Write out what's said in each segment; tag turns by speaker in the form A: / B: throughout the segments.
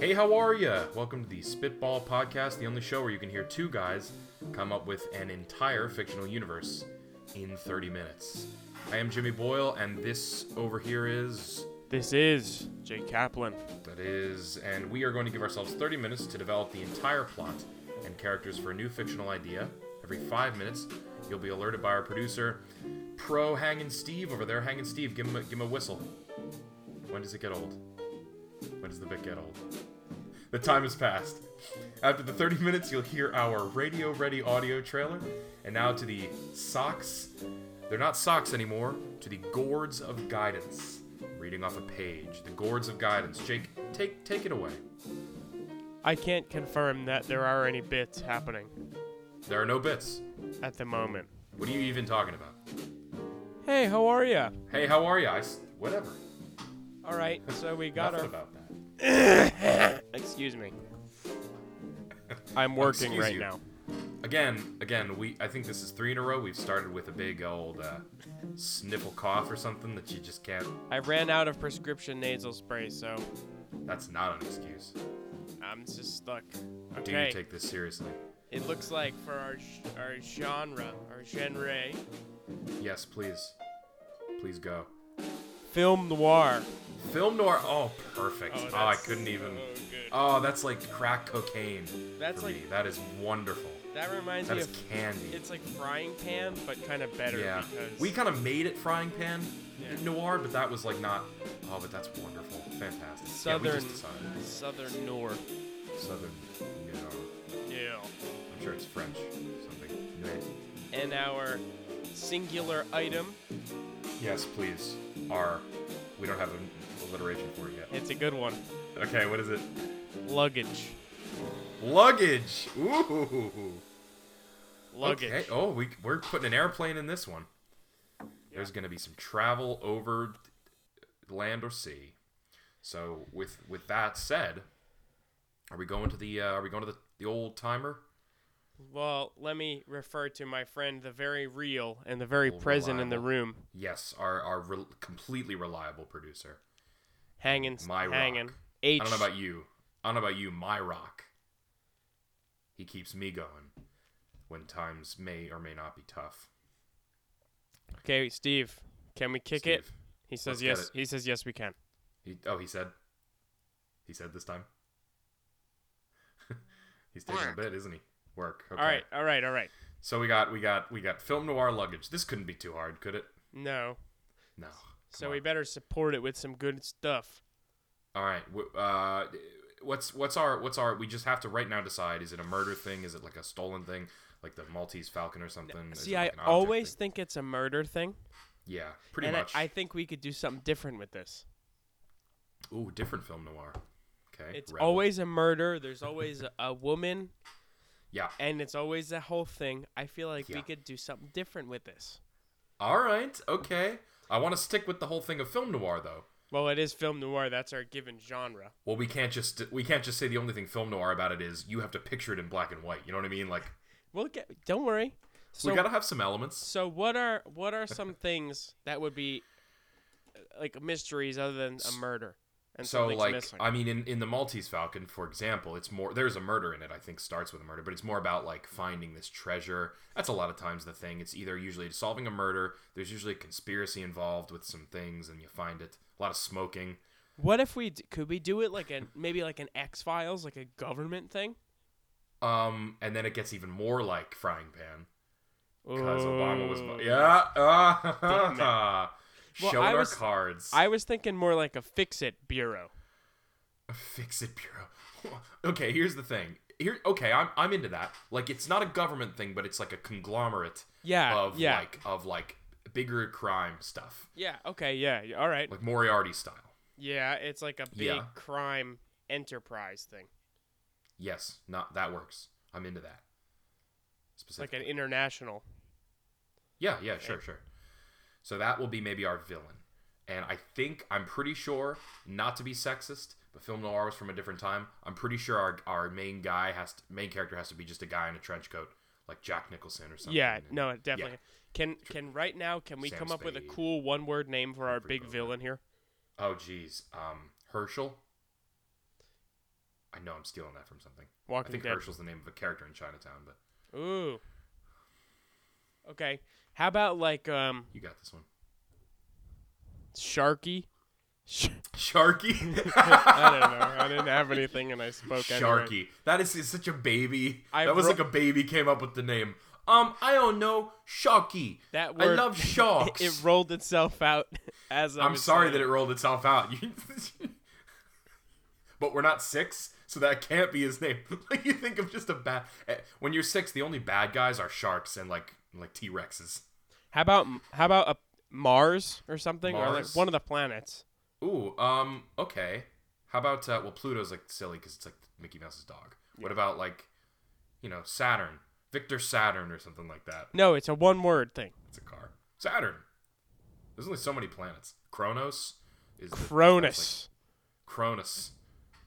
A: Hey, how are ya? Welcome to the Spitball Podcast, the only show where you can hear two guys come up with an entire fictional universe in 30 minutes. I am Jimmy Boyle, and this over here is.
B: This is Jay Kaplan.
A: That is. And we are going to give ourselves 30 minutes to develop the entire plot and characters for a new fictional idea. Every five minutes, you'll be alerted by our producer, Pro Hangin' Steve over there. Hangin' Steve, give him, a, give him a whistle. When does it get old? When does the bit get old? The time has passed. After the 30 minutes, you'll hear our radio ready audio trailer. And now to the socks. They're not socks anymore, to the gourds of guidance. Reading off a page. The gourds of guidance. Jake, take take it away.
B: I can't confirm that there are any bits happening
A: There are no bits.
B: at the moment.
A: What are you even talking about?
B: Hey, how are ya?
A: Hey, how are you? I s- whatever.
B: All right, so we got
A: Nothing
B: our.
A: about that.
B: Excuse me. I'm working
A: Excuse
B: right
A: you.
B: now.
A: Again, again, we I think this is three in a row. We've started with a big old uh, sniffle cough or something that you just can't.
B: I ran out of prescription nasal spray, so
A: That's not an excuse.
B: I'm just stuck.
A: Do
B: Okay.
A: you take this seriously?
B: it looks like for our sh- our genre, our genre,
A: Yes, please. Please go.
B: film noir.
A: Film noir. Oh, perfect. Oh, I
B: that's
A: couldn't even.
B: so good.
A: Oh, that's like crack cocaine.
B: That's
A: for
B: like-
A: me. that is wonderful.
B: That reminds
A: That
B: me
A: is
B: of.
A: candy.
B: It's like frying pan, but kind of better
A: yeah.
B: because
A: We kind of made it frying pan
B: Yeah.
A: noir, but that was like not. Oh, but that's wonderful. Fantastic. Yeah, we
B: southern
A: just decided.
B: southern north.
A: Southern noir.
B: Yeah.
A: I'm sure it's French. Something. Meh.
B: And our singular item.
A: Yes, please. Our. We don't have an alliteration for it yet.
B: It's a good one.
A: Okay, what is it?
B: Luggage.
A: Luggage. Ooh.
B: Luggage.
A: Okay. Oh, we, we're putting an airplane in this one. There's going to be some travel over th- land or sea. So with with that said, are we going to the uh, are we going to the, the old timer?
B: Well, let me refer to my friend, the very real and the very present in the
A: reliable.
B: room.
A: Yes, our our re- completely reliable producer.
B: Hanging.
A: My rock.
B: hanging.
A: I
B: H.
A: don't know about you. I don't know about you, my rock. He keeps me going when times may or may not be tough.
B: Okay, Steve. Can we kick it?
A: Steve,
B: He says
A: let's get
B: yes.
A: it.
B: He says yes. We can.
A: He, oh, he said. He said this time. He's taking a bit, isn't he? Work. Okay.
B: All right. All right. All right.
A: So we got we got we got film noir luggage. This couldn't be too hard, could it?
B: No.
A: No. Come
B: So
A: on.
B: we better support it with some good stuff.
A: All right. wh- Uh, what's what's our what's our? We just have to right now decide. Is it a murder thing? Is it like a stolen thing, like the Maltese Falcon or something? Is
B: See,
A: it
B: I
A: like an object
B: always
A: thing?
B: think it's a murder thing,
A: yeah, pretty
B: and I-
A: much.
B: I think we could do something different with this.
A: Ooh, different film noir. Okay.
B: It's
A: Rebel.
B: always a murder. There's always a- a woman,
A: yeah.
B: and it's always a whole thing. I feel like
A: Yeah.
B: we could do something different with this.
A: All right. Okay. I want to stick with the whole thing of film noir though.
B: Well, it is film noir. That's our given genre.
A: well we can't just we can't just say the only thing film noir about it is you have to picture it in black and white you know what i mean like
B: We'll get. Don't worry. So,
A: we gotta have some elements
B: so what are what are some things that would be uh, like mysteries other than a murder and
A: so
B: something's
A: like
B: missing?
A: i mean in, in the maltese falcon for example it's more there's a murder in it i think starts with a murder but it's more about like finding this treasure that's a lot of times the thing it's either usually solving a murder there's usually a conspiracy involved with some things and you find it a lot of smoking
B: what if we d- could we do it like an maybe like an X Files like a government thing?
A: um and then it gets even more like frying pan because
B: Ooh.
A: obama was yeah uh,
B: Oh. Well,
A: showed
B: I
A: our
B: was-
A: cards
B: I was thinking more like a fix it bureau.
A: A fix it bureau. okay, here's the thing. Here, okay, I'm I'm into that. Like, it's not a government thing, but it's like a conglomerate
B: Yeah.
A: of
B: Ah, yeah.
A: like of like bigger crime stuff,
B: yeah. Okay. Yeah. y- All right.
A: like Moriarty style.
B: Yeah, it's like a big
A: Yeah.
B: crime enterprise thing,
A: Yes, not that works. I'm into that.
B: It's like
A: Specifically.
B: an international.
A: yeah, yeah, sure, sure. So that will be maybe our villain, and I think I'm pretty sure not to be sexist, but film noir was from a different time. I'm pretty sure our our main guy has to, main character has to be just a guy in a trench coat. Like Jack Nicholson or something.
B: yeah,
A: and-
B: no, it definitely. Can can right now can we
A: Sam
B: come up with a
A: Spade.
B: cool one word name for our
A: Humphrey
B: big
A: Bogart.
B: villain here?
A: Oh geez, um, Herschel. I know I'm stealing that from something. I
B: Walking
A: think
B: Dead.
A: Herschel's the name of a character in Chinatown, but
B: Ooh. Okay. How about like um
A: you got this one.
B: Sharky? Sh-
A: Sharky.
B: I don't know. I didn't have anything and I spoke anyway.
A: Sharky. That is, is such a baby.
B: I
A: that was
B: wrote-
A: like a baby came up with the name. Um, I don't know. Sharky.
B: That
A: I
B: word-
A: love sharks.
B: It, it rolled itself out as I
A: I'm
B: was
A: sorry
B: saying
A: that it rolled itself out. You- but we're not six, so that can't be his name. like you think of just a bad. eh, When you're six, the only bad guys are sharks and like like T Rexes.
B: How about how about a Mars or something or like
A: Mars?
B: one of the planets?
A: Ooh. Um. Okay. How about uh, well, Pluto's like silly because it's like Mickey Mouse's dog. What about like, you know, Saturn, Victor Saturn or something like that?
B: No, it's a one word thing.
A: It's a car. Saturn. There's only so many planets. Kronos is the-
B: Cronus.
A: Cronus.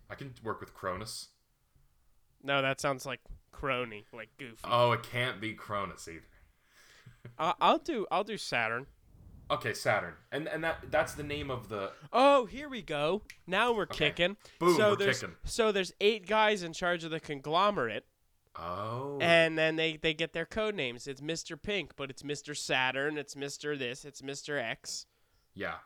A: I can work with Cronus.
B: No, that sounds like crony, like goofy.
A: Oh, it can't be Cronus either.
B: I I'll do I'll do Saturn.
A: Okay, Saturn, and and that that's the name of the.
B: Oh, here we go. Now we're kicking.
A: Boom,
B: so
A: we're
B: there's,
A: kicking.
B: So there's eight guys in charge of the conglomerate,
A: Oh,
B: and then they, they get their code names. It's Mr. Pink, but it's Mr. Saturn. It's Mr. This. It's Mr. X.
A: yeah.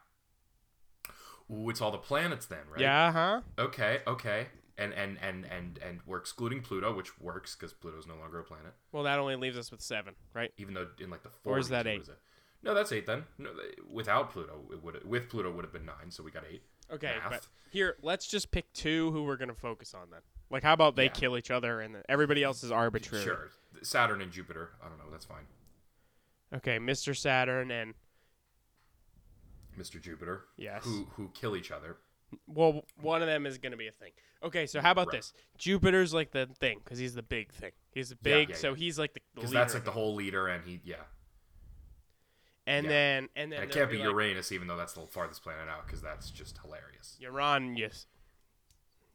A: Ooh, it's all the planets then, right?
B: Yeah, huh?
A: Okay, okay, and and and and and we're excluding Pluto, which works because Pluto's no longer a planet,
B: Well, that only leaves us with seven, right?
A: even though in like the 40s,
B: Or is that
A: what
B: eight?
A: it? No, that's eight then. No, th- without Pluto, it would with Pluto would have been nine, so we got eight.
B: Okay, but
A: Math.
B: here, let's just pick two who we're going to focus on then. Like, how about they
A: Yeah.
B: kill each other and then everybody else is arbitrary?
A: Sure, Saturn and Jupiter. I don't know. That's fine.
B: Okay, Mr. Saturn and,
A: Mr. Jupiter.
B: Yes.
A: Who who kill each other?
B: well, one of them is going to be a thing. Okay, so how about
A: Right.
B: this? Jupiter's like the thing because he's the big thing. He's the
A: Yeah,
B: big,
A: yeah,
B: so he's like the, the
A: Because
B: leader.
A: that's like
B: of
A: the whole leader, and he yeah.
B: And
A: Yeah.
B: then and then
A: And it
B: there'll
A: can't be
B: like,
A: Uranus, even though that's the farthest planet out, because that's just hilarious.
B: Uranus.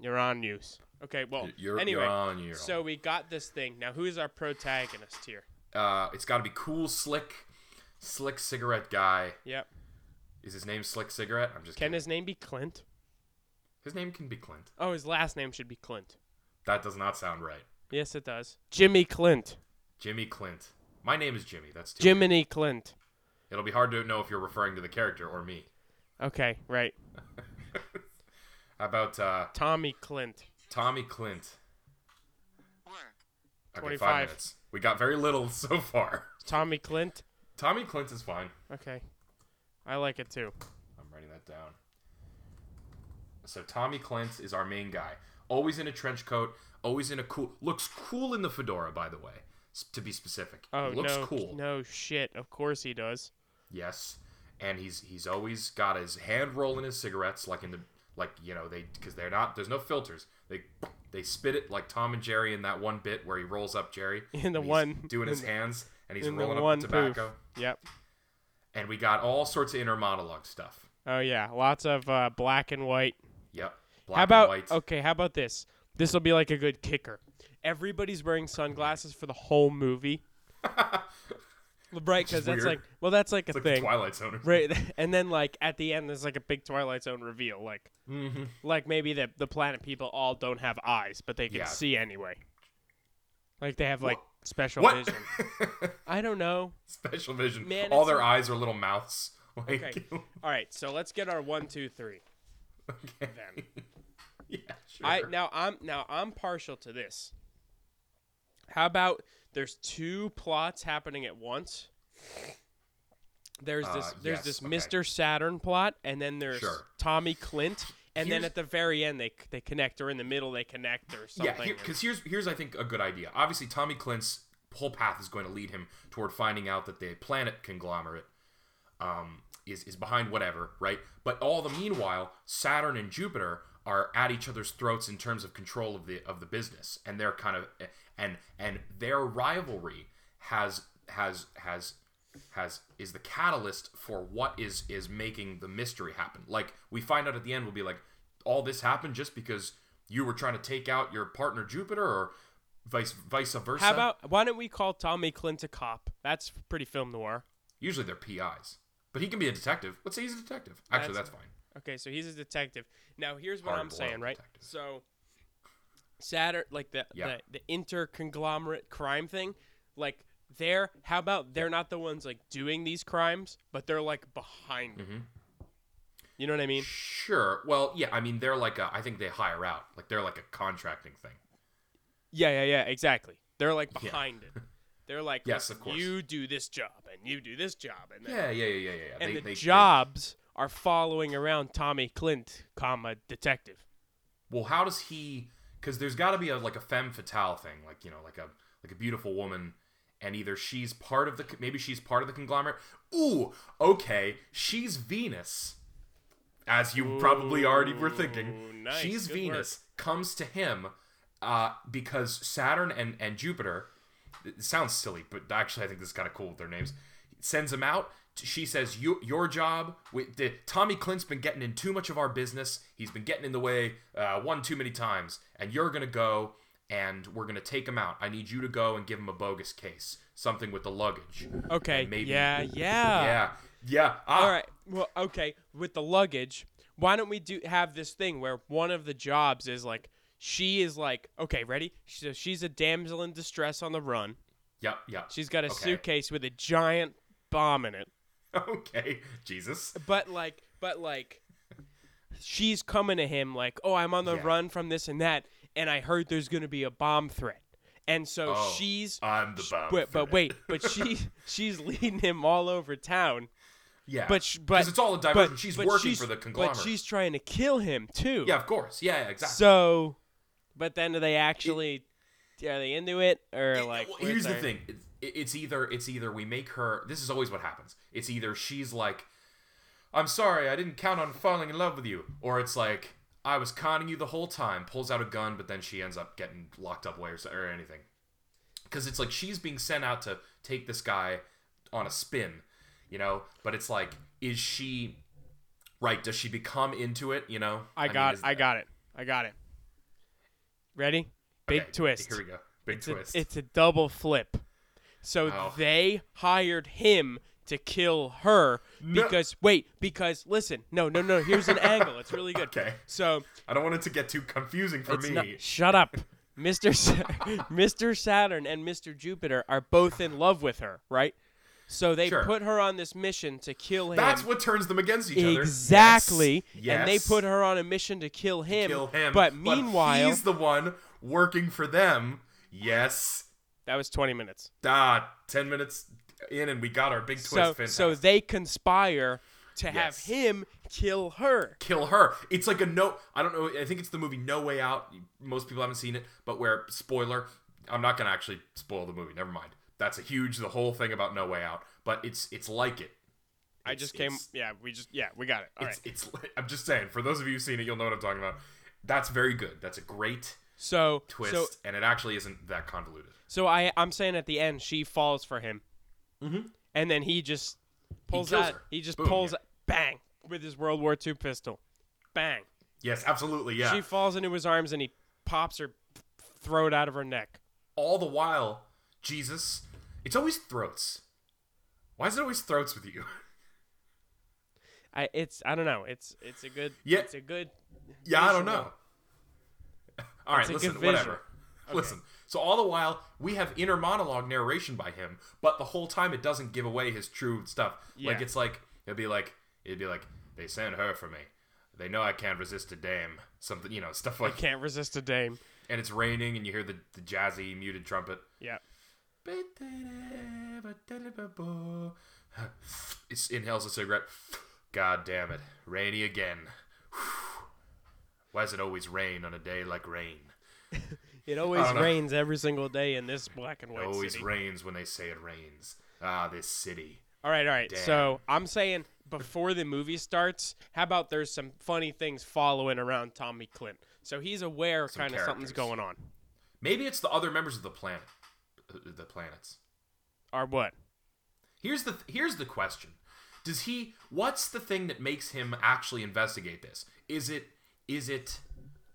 B: Uranus. Okay, well,
A: You're,
B: Oh, anyway,
A: you're on, you're
B: so we got this thing. Now, who's our protagonist here?
A: on. Uh, it's got to be cool, slick, slick cigarette guy.
B: Yep.
A: Is his name Slick Cigarette? I'm just
B: Can
A: kidding.
B: his name be Clint?
A: His name can be Clint.
B: Oh, his last name should be Clint.
A: That does not sound right.
B: Yes, it does. Jimmy Clint.
A: Jimmy Clint. My name is Jimmy. That's too.
B: Jiminy Clint.
A: It'll be hard to know if you're referring to the character or me.
B: Okay, right.
A: How about uh,
B: Tommy Clint.
A: Tommy Clint?
C: Work.
A: Okay,
B: 25.
A: five minutes. We got very little so far.
B: Tommy Clint.
A: Tommy Clint is fine.
B: Okay. I like it too.
A: I'm writing that down. So Tommy Clint is our main guy. Always in a trench coat. Always in a cool. Looks cool in the fedora, by the way. s- To be specific,
B: Oh,
A: He looks
B: no.
A: cool.
B: No shit. Of course he does.
A: Yes, and he's he's always got his hand rolling his cigarettes, like in the like you know they because they're not there's no filters. They they spit it like Tom and Jerry in that one bit where he rolls up Jerry
B: In the
A: and he's
B: one-
A: doing his
B: in the-
A: hands and he's
B: In
A: rolling
B: the
A: up
B: one
A: the
B: poof.
A: tobacco.
B: Yep.
A: And we got all sorts of inner monologue stuff.
B: Oh yeah, lots of uh, black and white
A: Yep. Black
B: how
A: and
B: about
A: white.
B: okay? How about this? This will be like a good kicker. Everybody's wearing sunglasses for the whole movie, right? Because
A: is
B: that's
A: weird.
B: like, well, that's like a
A: It's like the
B: thing,
A: Twilight Zone. or
B: right? And then like at the end, there's like a big Twilight Zone reveal, like,
A: Mm-hmm.
B: like maybe the the planet people all don't have eyes, but they can
A: Yeah.
B: see anyway. Like they have like special
A: What?
B: vision. I don't know.
A: Special vision.
B: Man,
A: All
B: it's
A: their
B: so-
A: eyes are little mouths. Like,
B: Okay. all right, so let's get our one, two, three.
A: okay. yeah, sure.
B: I now I'm now I'm partial to this. How about there's two plots happening at once? There's this
A: Uh,
B: there's
A: yes,
B: this
A: okay.
B: Mr. Saturn plot, and then there's
A: Sure.
B: Tommy Clint, and then
A: Here's-
B: at the very end they they connect, or in the middle they connect, or
A: yeah,
B: something.
A: because here's here's I think a good idea. Obviously, Tommy Clint's whole path is going to lead him toward finding out that the planet conglomerate um, is is behind whatever, right? But all the meanwhile, Saturn and Jupiter are at each other's throats in terms of control of the of the business, and they're kind of and and their rivalry has has has has is the catalyst for what is is making the mystery happen. Like we find out at the end, we'll be like, all this happened just because you were trying to take out your partner Jupiter, or vice vice versa.
B: How about why don't we call Tommy Clint a cop? That's pretty film noir.
A: usually they're PIs, but he can be a detective. Let's say he's a detective. Actually, that's
B: That's-
A: fine.
B: Okay, so he's a detective. Now here's what
A: Hard
B: I'm saying,
A: boiled
B: right?
A: detective.
B: So Saturn, like the,
A: Yeah.
B: the the interconglomerate crime thing, like they're how about they're not the ones like doing these crimes, but they're like behind. it.
A: Mm-hmm.
B: You know what I mean?
A: Sure. Well, yeah. I mean, they're like a, I think they hire out. Like they're like a contracting thing.
B: Yeah, yeah, yeah. Exactly. They're like
A: Yeah.
B: behind it. They're like,
A: Yes,
B: "Look,
A: of course.
B: You do this job, and you do this job, and then
A: Yeah, yeah, yeah, yeah, yeah.
B: and
A: they,
B: the
A: they, they-
B: jobs are following around Tommy Clint, comma detective.
A: well, how does he? Because there's got to be a like a femme fatale thing, like you know, like a like a beautiful woman, and either she's part of the maybe she's part of the conglomerate. Ooh, okay, she's Venus, as you probably already were
B: Ooh,
A: thinking.
B: nice,
A: She's
B: good
A: Venus comes to him uh, because Saturn and and Jupiter. It sounds silly, but actually I think this is kind of cool with their names. Sends him out. She says, "You, your job. We, the, Tommy Clint's been getting in too much of our business. He's been getting in the way uh, one too many times, and you're gonna go and we're gonna take him out. I need you to go and give him a bogus case, something with the luggage.
B: Okay.
A: Maybe.
B: Yeah, yeah.
A: Yeah, yeah. Ah,
B: All right. Well, okay. With the luggage, why don't we do have this thing where one of the jobs is like she is like okay, ready? So she's a damsel in distress on the run.
A: Yep, yep.
B: She's got a
A: Okay.
B: suitcase with a giant bomb in it.
A: okay. Jesus.
B: But like, but like, she's coming to him like, "Oh, I'm on the
A: Yeah.
B: run from this and that, and I heard there's gonna be a bomb threat." And so
A: Oh,
B: she's,
A: I'm the bomb.
B: but, but
A: threat.
B: wait, but she she's leading him all over town.
A: Yeah.
B: But sh-
A: 'Cause
B: but
A: it's all a
B: but-
A: diversion. she's
B: but
A: working
B: she's-
A: for the conglomerate.
B: But she's trying to kill him too.
A: yeah, of course. Yeah, yeah, exactly.
B: So, but then do they actually? are they into it or
A: It-
B: like?
A: well,
B: where's
A: here's the
B: our-
A: thing It- it's either it's either we make her this is always what happens it's either she's like i'm sorry i didn't count on falling in love with you or it's like i was conning you the whole time pulls out a gun but then she ends up getting locked up away or, so- or anything because it's like she's being sent out to take this guy on a spin you know but it's like is she right does she become into it you know
B: I
A: mean,
B: got.
A: is-
B: I got it. I got it. Ready? Big
A: okay,
B: twist.
A: here we go big
B: It's a-
A: twist
B: it's a double flip. So
A: Oh.
B: they hired him to kill her because wait because listen no no no here's an angle it's really good
A: Okay.
B: so
A: i don't want it to get too confusing for
B: It's
A: me
B: not- shut up. Mr. Sa- Mr. Saturn and Mr. Jupiter are both in love with her, right? So they
A: Sure.
B: put her on this mission to kill him.
A: That's what turns them against each other.
B: exactly.
A: Yes, yes.
B: And they put her on a mission to kill him.
A: Kill him.
B: But meanwhile,
A: he's the one working for them. Yes.
B: that was 20 minutes.
A: Ah, ten minutes in, and we got our big twist.
B: So
A: Fantastic.
B: so they conspire to have
A: Yes.
B: him kill her.
A: kill her. It's like a no. I don't know. I think it's the movie No Way Out. Most people haven't seen it, but where spoiler. I'm not gonna actually spoil the movie. Never mind. That's a huge the whole thing about No Way Out. But it's it's like it.
B: I
A: It's-
B: just came
A: it's-
B: yeah, we just yeah, we got it. All right.
A: It's, it's I'm just saying. For those of you who've seen it, you'll know what I'm talking about. That's very good. That's a great
B: So
A: twist,
B: so
A: and it actually isn't that convoluted.
B: so I I'm saying at the end she falls for him. and then he just pulls
A: Mm-hmm. kills
B: out.
A: her.
B: He just
A: Boom,
B: pulls
A: yeah.
B: bang with his World War II pistol. Bang.
A: Yes, absolutely. Yeah.
B: She falls into his arms and he pops her throat out of her neck.
A: all the while, Jesus, it's always throats. Why is it always throats with you?
B: I it's I don't know. It's it's a good
A: Yeah.
B: it's a good
A: yeah, I don't know. All right,
B: It's a
A: listen,
B: good
A: whatever.
B: visual.
A: Listen. So all the while, we have inner monologue narration by him, but the whole time it doesn't give away his true stuff. Like
B: Yeah.
A: it's like it'd be like it'd be like they sent her for me. They know I can't resist a damn something, you know, stuff like
B: can't resist a dame.
A: and it's raining and you hear the, the jazzy muted trumpet.
B: Yeah.
A: It's inhales a cigarette. God damn it. Rainy again. Why does it always rain on a day like rain?
B: It always
A: don't know.
B: rains every single day in this black and
A: It
B: white
A: always
B: city.
A: rains when they say it rains. Ah, this city.
B: all right, all right.
A: Damn.
B: So I'm saying before the movie starts, how about there's some funny things following around Tommy Clint? So he's aware kind of
A: characters.
B: something's going on.
A: Maybe it's the other members of the planet. uh, The planets.
B: Or what?
A: Here's the here's the question. Does he what's the thing that makes him actually investigate this? Is it is it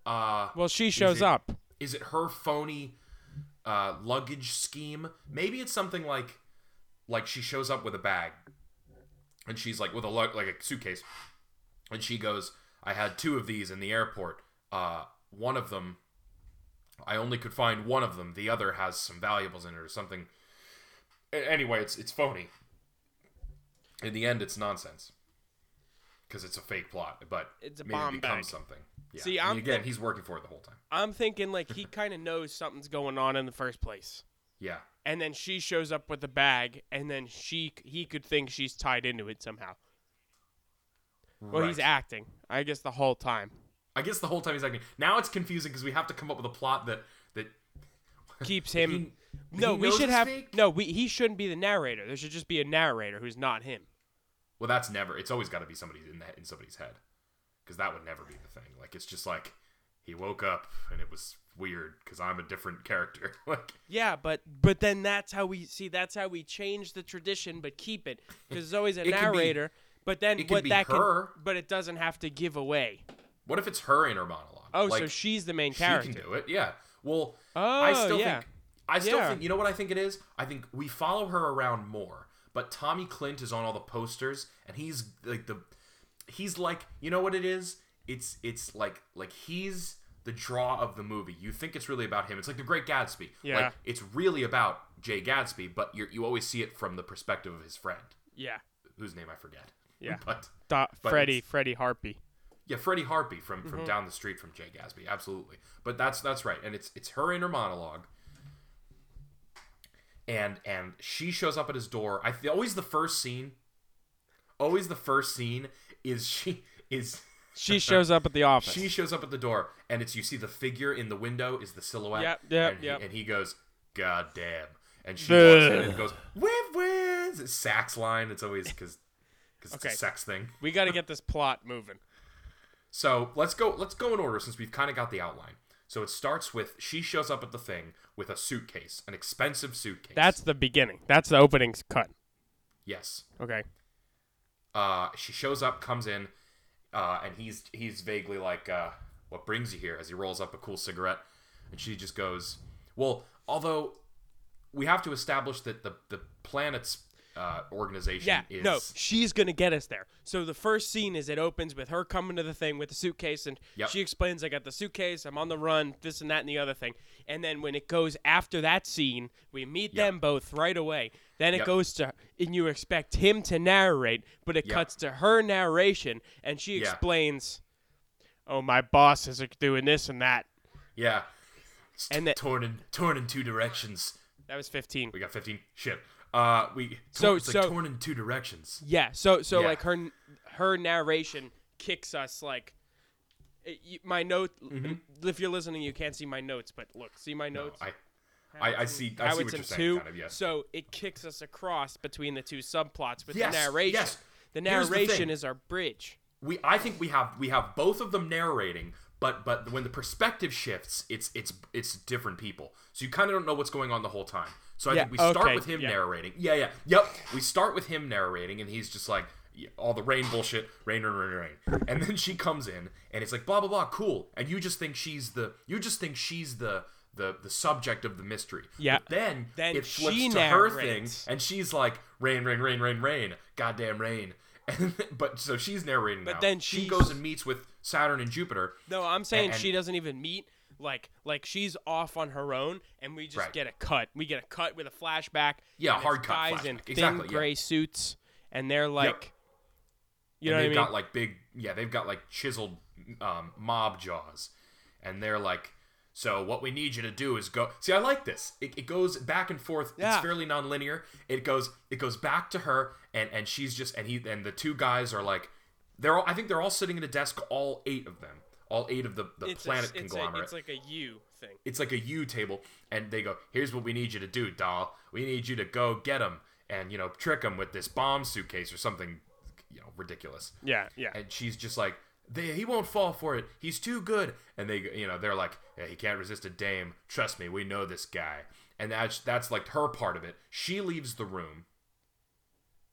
A: uh
B: Well, she shows
A: it-
B: up.
A: is it her phony uh, luggage scheme? Maybe it's something like like she shows up with a bag, and she's like with a lug like a suitcase, and she goes, "I had two of these in the airport. Uh, one of them I only could find one of them. The other has some valuables in it or something. A- Anyway, it's it's phony. In the end, it's nonsense because it's a fake plot, but
B: It's a
A: maybe
B: bomb
A: it becomes
B: bag.
A: something. Yeah.
B: See,
A: I mean,
B: I'm
A: again,
B: thi-
A: he's working for it the whole time.
B: I'm thinking like he kind of knows something's going on in the first place,
A: Yeah,
B: and then she shows up with the bag, and then she he could think she's tied into it somehow. Well, he's
A: Right.
B: acting, I guess, the whole time.
A: I guess the whole time he's acting. Now it's confusing because we have to come up with a plot that that
B: Keeps him.
A: He-
B: no,
A: he
B: we
A: knows
B: should
A: it's
B: have
A: fake?
B: no. We he shouldn't be the narrator. There should just be a narrator who's not him.
A: Well, that's never. It's always got to be somebody's in the, in somebody's head, because that would never be the thing. Like it's just like he woke up and it was weird because I'm a different character. like
B: Yeah, but but then that's how we see. That's how we change the tradition, but keep it because it's always a
A: It can be-
B: narrator. but then
A: it can
B: what
A: be
B: that
A: her.
B: can, but it doesn't have to give away.
A: what if it's her inner monologue?
B: Oh,
A: like,
B: so she's the main
A: she
B: character.
A: can do it. Yeah. Well, I
B: Oh,
A: still
B: yeah.
A: think I still
B: Yeah.
A: think you know what I think it is. I think we follow her around more, but Tommy Clint is on all the posters and he's like the he's like you know what it is. It's it's like like he's the draw of the movie. You think it's really about him. It's like The Great Gatsby.
B: Yeah.
A: Like it's really about Jay Gatsby, but you you always see it from the perspective of his friend,
B: Yeah,
A: whose name I forget.
B: Yeah.
A: But
B: Dot
A: But
B: Freddie
A: it's-
B: Freddie Harpy.
A: yeah, Freddie Harpy from
B: Mm-hmm.
A: from down the street from Jay Gatsby, absolutely. But that's that's right, and it's it's her inner monologue, and and she shows up at his door. I th- always the first scene, always the first scene is she is
B: She shows up at the office.
A: she shows up at the door, and it's you see the figure in the window is the silhouette.
B: Yep, yep,
A: and he,
B: yep.
A: And he goes, "God damn!" And she walks in and
B: Ugh.
A: goes, "Whiz whiz!" It's Sax line. It's always because because
B: Okay.
A: it's a sex thing.
B: we got to get this plot moving.
A: So let's go. Let's go in order since we've kind of got the outline. So it starts with she shows up at the thing with a suitcase, an expensive suitcase.
B: That's the beginning. That's the opening cut.
A: yes.
B: Okay.
A: Uh, she shows up, comes in, uh, and he's he's vaguely like, uh, "What brings you here?" As he rolls up a cool cigarette, and she just goes, "Well, although we have to establish that the the planet's uh, organization
B: Yeah.
A: is
B: No, she's gonna get us there. So the first scene is it opens with her coming to the thing with the suitcase, and
A: Yep.
B: she explains, "I got the suitcase. I'm on the run. This and that and the other thing." And then when it goes after that scene, we meet
A: Yep.
B: them both right away. Then it
A: Yep.
B: goes to, and you expect him to narrate, but it
A: Yep.
B: cuts to her narration, and she
A: Yeah.
B: explains, "Oh, my boss is doing this and that."
A: yeah, It's
B: And that-
A: torn in torn in two directions.
B: That was 15.
A: We got fifteen. Shit. Uh, we
B: So-
A: it's
B: so-
A: like torn in two directions.
B: Yeah. So so
A: Yeah.
B: like her her narration kicks us like it, you, my note. If you're listening, you can't see my notes, but look, see my
A: Mm-hmm. No,
B: notes.
A: I, I, I see. I
B: How
A: see
B: it's
A: what
B: in
A: you're saying.
B: two.
A: Kind of, yeah.
B: So it kicks us across between the two subplots with
A: Yes,
B: the narration.
A: yes.
B: The
A: Here's the
B: narration
A: thing.
B: is our bridge.
A: we, I think we have we have both of them narrating, but but when the perspective shifts, it's it's it's different people. So you kind of don't know what's going on the whole time. So I
B: Yeah,
A: think we start
B: okay,
A: with him
B: yeah.
A: narrating. Yeah, yeah, yep. We start with him narrating, and he's just like y- all the rain bullshit, rain, rain, rain, rain. And then she comes in, and it's like blah blah blah, cool. And you just think she's the you just think she's the the, the subject of the mystery.
B: Yeah.
A: But then
B: Then
A: it flips
B: she
A: to her thing,
B: narrates.
A: and she's like rain, rain, rain, rain, rain, goddamn rain. And but so she's narrating. But
B: then
A: she
B: she-
A: goes and meets with Saturn and Jupiter.
B: No, I'm saying
A: And-
B: she doesn't even meet. Like like she's off on her own, and we just
A: Right.
B: get a cut. We get a cut with a flashback.
A: Yeah,
B: and it's
A: hard cut
B: Guys in
A: flashback.
B: thin
A: Exactly, yeah.
B: gray suits, and they're like, you
A: and
B: know what I
A: they've
B: mean?
A: got like big, yeah, they've got like chiseled um, mob jaws, and they're like, so what we need you to do is go. See, I like this. It, it goes back and forth.
B: Yeah.
A: It's fairly nonlinear. It goes, it goes back to her, and and she's just, and he, and the two guys are like, they're, all, I think they're all sitting at a desk, all eight of them, all eight of the the
B: it's a,
A: planet
B: it's a-
A: conglomerate.
B: It's, like a U thing.
A: it's like a U table, and they go, "Here's what we need you to do, doll. We need you to go get him, and you know, trick him with this bomb suitcase or something, you know, ridiculous."
B: Yeah, yeah.
A: And she's just like, they, "He won't fall for it. He's too good." And they, you know, they're like, yeah, "He can't resist a dame. Trust me, we know this guy." And that's that's like her part of it. She leaves the room,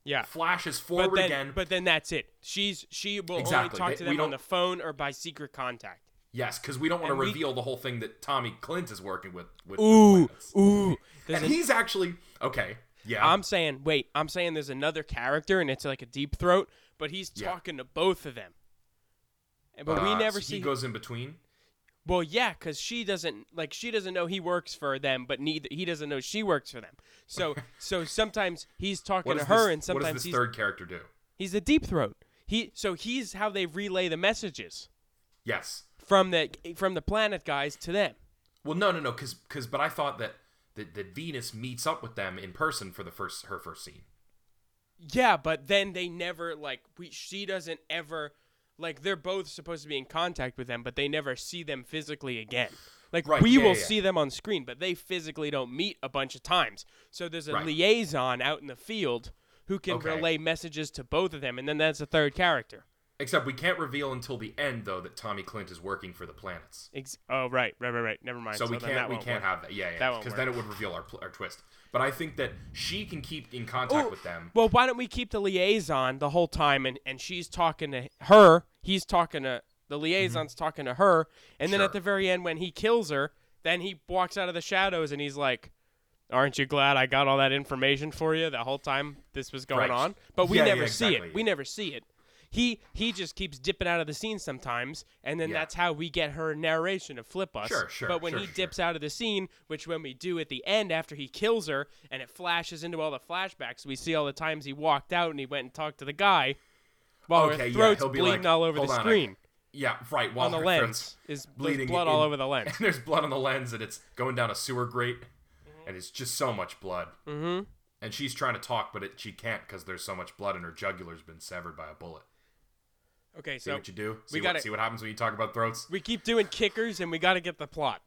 B: yeah.
A: flashes forward
B: But then,
A: again.
B: but then that's it. She's she will
A: Exactly.
B: only
A: They-
B: talk to
A: we
B: them on
A: don't-
B: the phone or by secret contact.
A: yes, because we don't want to
B: and we-
A: reveal the whole thing that Tommy Clint is working with. with the
B: Ooh,
A: planets.
B: ooh. There's
A: and
B: an,
A: he's actually okay. Yeah,
B: I'm saying, wait, I'm saying there's another character and it's like a deep throat, but he's
A: Yeah.
B: talking to both of them. And- But we
A: Uh,
B: never
A: so
B: see.
A: He goes in between.
B: Well, yeah, because she doesn't like she doesn't know he works for them, but neither he doesn't know she works for them. So so sometimes he's talking
A: What
B: to
A: does
B: her,
A: this,
B: and
A: what does
B: sometimes
A: this
B: he's
A: third character do?
B: he's a deep throat. He so he's how they relay the messages
A: Yes.
B: from the from the planet guys to them.
A: Well, no, no, no, because but I thought that, that that Venus meets up with them in person for the first her first scene.
B: Yeah, but then they never like we she doesn't ever like they're both supposed to be in contact with them, but they never see them physically again. Like
A: Right,
B: we
A: yeah,
B: will
A: yeah, yeah.
B: see them on screen, but they physically don't meet a bunch of times. So there's a
A: Right.
B: liaison out in the field who can
A: Okay.
B: relay messages to both of them, and then that's a third character.
A: Except we can't reveal until the end though that Tommy Clint is working for the planets.
B: Ex- oh right, right, right, right. Never mind.
A: So, we
B: then
A: can't
B: that
A: we
B: won't
A: can't
B: work.
A: have that. Yeah,
B: That
A: yeah.
B: won't
A: Because then it would reveal our, pl- our twist. But I think that she can keep in contact
B: Ooh,
A: with them.
B: Oh, Well, why don't we keep the liaison the whole time and, and she's talking to her, he's talking to the liaison's talking to her, and then
A: Mm-hmm. Sure.
B: at the very end when he kills her, then he walks out of the shadows and he's like, Aren't you glad I got all that information for you the whole time this was
A: Right.
B: going on? But we
A: Yeah, yeah,
B: never see
A: exactly,
B: it. We
A: yeah.
B: never see it. He he just keeps dipping out of the scene sometimes, and then
A: Yeah.
B: that's how we get her narration of flip us.
A: Sure, sure,
B: But when
A: sure,
B: he
A: sure.
B: dips out of the scene, which when we do at the end after he kills her, and it flashes into all the flashbacks, we see all the times he walked out and he went and talked to the guy, while
A: Okay,
B: her
A: yeah,
B: throat's
A: he'll be
B: bleeding
A: like,
B: all over the
A: "Hold on, I-
B: screen
A: yeah, right. While
B: on the
A: her
B: lens.
A: friends-
B: Is
A: bleeding
B: bleeding blood
A: in-
B: all over the lens?
A: and there's blood on the lens and it's going down a sewer grate
B: Mm-hmm.
A: and it's just so much blood mm-hmm. and she's trying to talk but it, she can't because there's so much blood and her jugular's been severed by a bullet
B: Okay,
A: see
B: so
A: what you do see,
B: gotta-
A: what, see what happens when you talk about throats
B: we keep doing kickers, and we got to get the plot.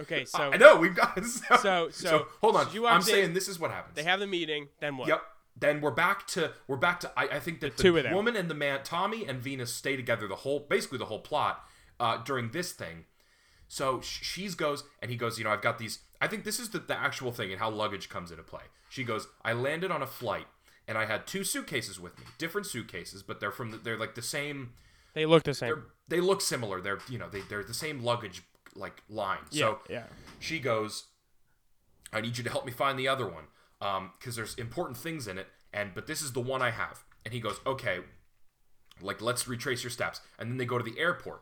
B: Okay, so
A: i know we've got so
B: so-
A: hold on
B: so you are
A: i'm
B: saying-
A: saying this is what happens
B: they have the meeting. Then what?
A: yep then we're back to we're back to i, I think that the,
B: two of them.
A: woman and the man tommy and venus stay together the whole basically the whole plot uh, during this thing So sh- she's goes, and he goes, you know, I've got these. I think this is the, the actual thing and how luggage comes into play. She goes, I landed on a flight and I had two suitcases with me, different suitcases, but they're from the, they're like the same.
B: They look the same.
A: They're, they look similar. They're you know they they're the same luggage like line. so
B: yeah.
A: she goes, I need you to help me find the other one Um, 'cause because there's important things in it. And but this is the one I have. And he goes, okay, like let's retrace your steps. And then they go to the airport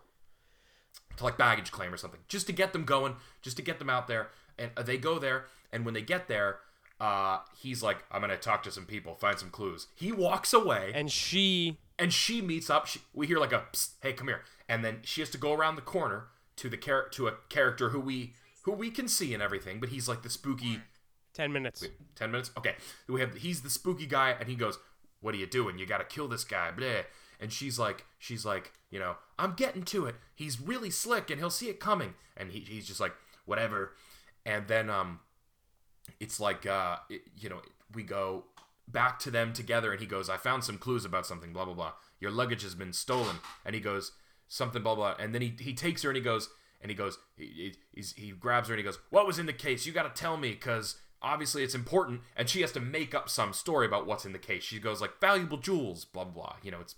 A: to like baggage claim or something, just to get them going, just to get them out there. And uh, they go there, and when they get there, uh, he's like, I'm gonna talk to some people, find some clues. He walks away, and,
B: And she
A: she meets up. She, we hear like a, Psst, hey, come here, and then she has to go around the corner to the char- to a character who we who we can see and everything, but he's like the spooky.
B: ten minutes.
A: 10 minutes okay we have he's the spooky guy and he goes what are you doing you gotta kill this guy blah and she's like she's like you know i'm getting to it he's really slick and he'll see it coming and he, he's just like whatever and then um it's like uh it- you know we go back to them together and he goes i found some clues about something blah blah blah your luggage has been stolen and he goes something blah blah and then he, he takes her and he goes and he goes he, he, he's- he grabs her and he goes what was in the case you got to tell me because obviously it's important and she has to make up some story about what's in the case she goes like valuable jewels blah blah you know it's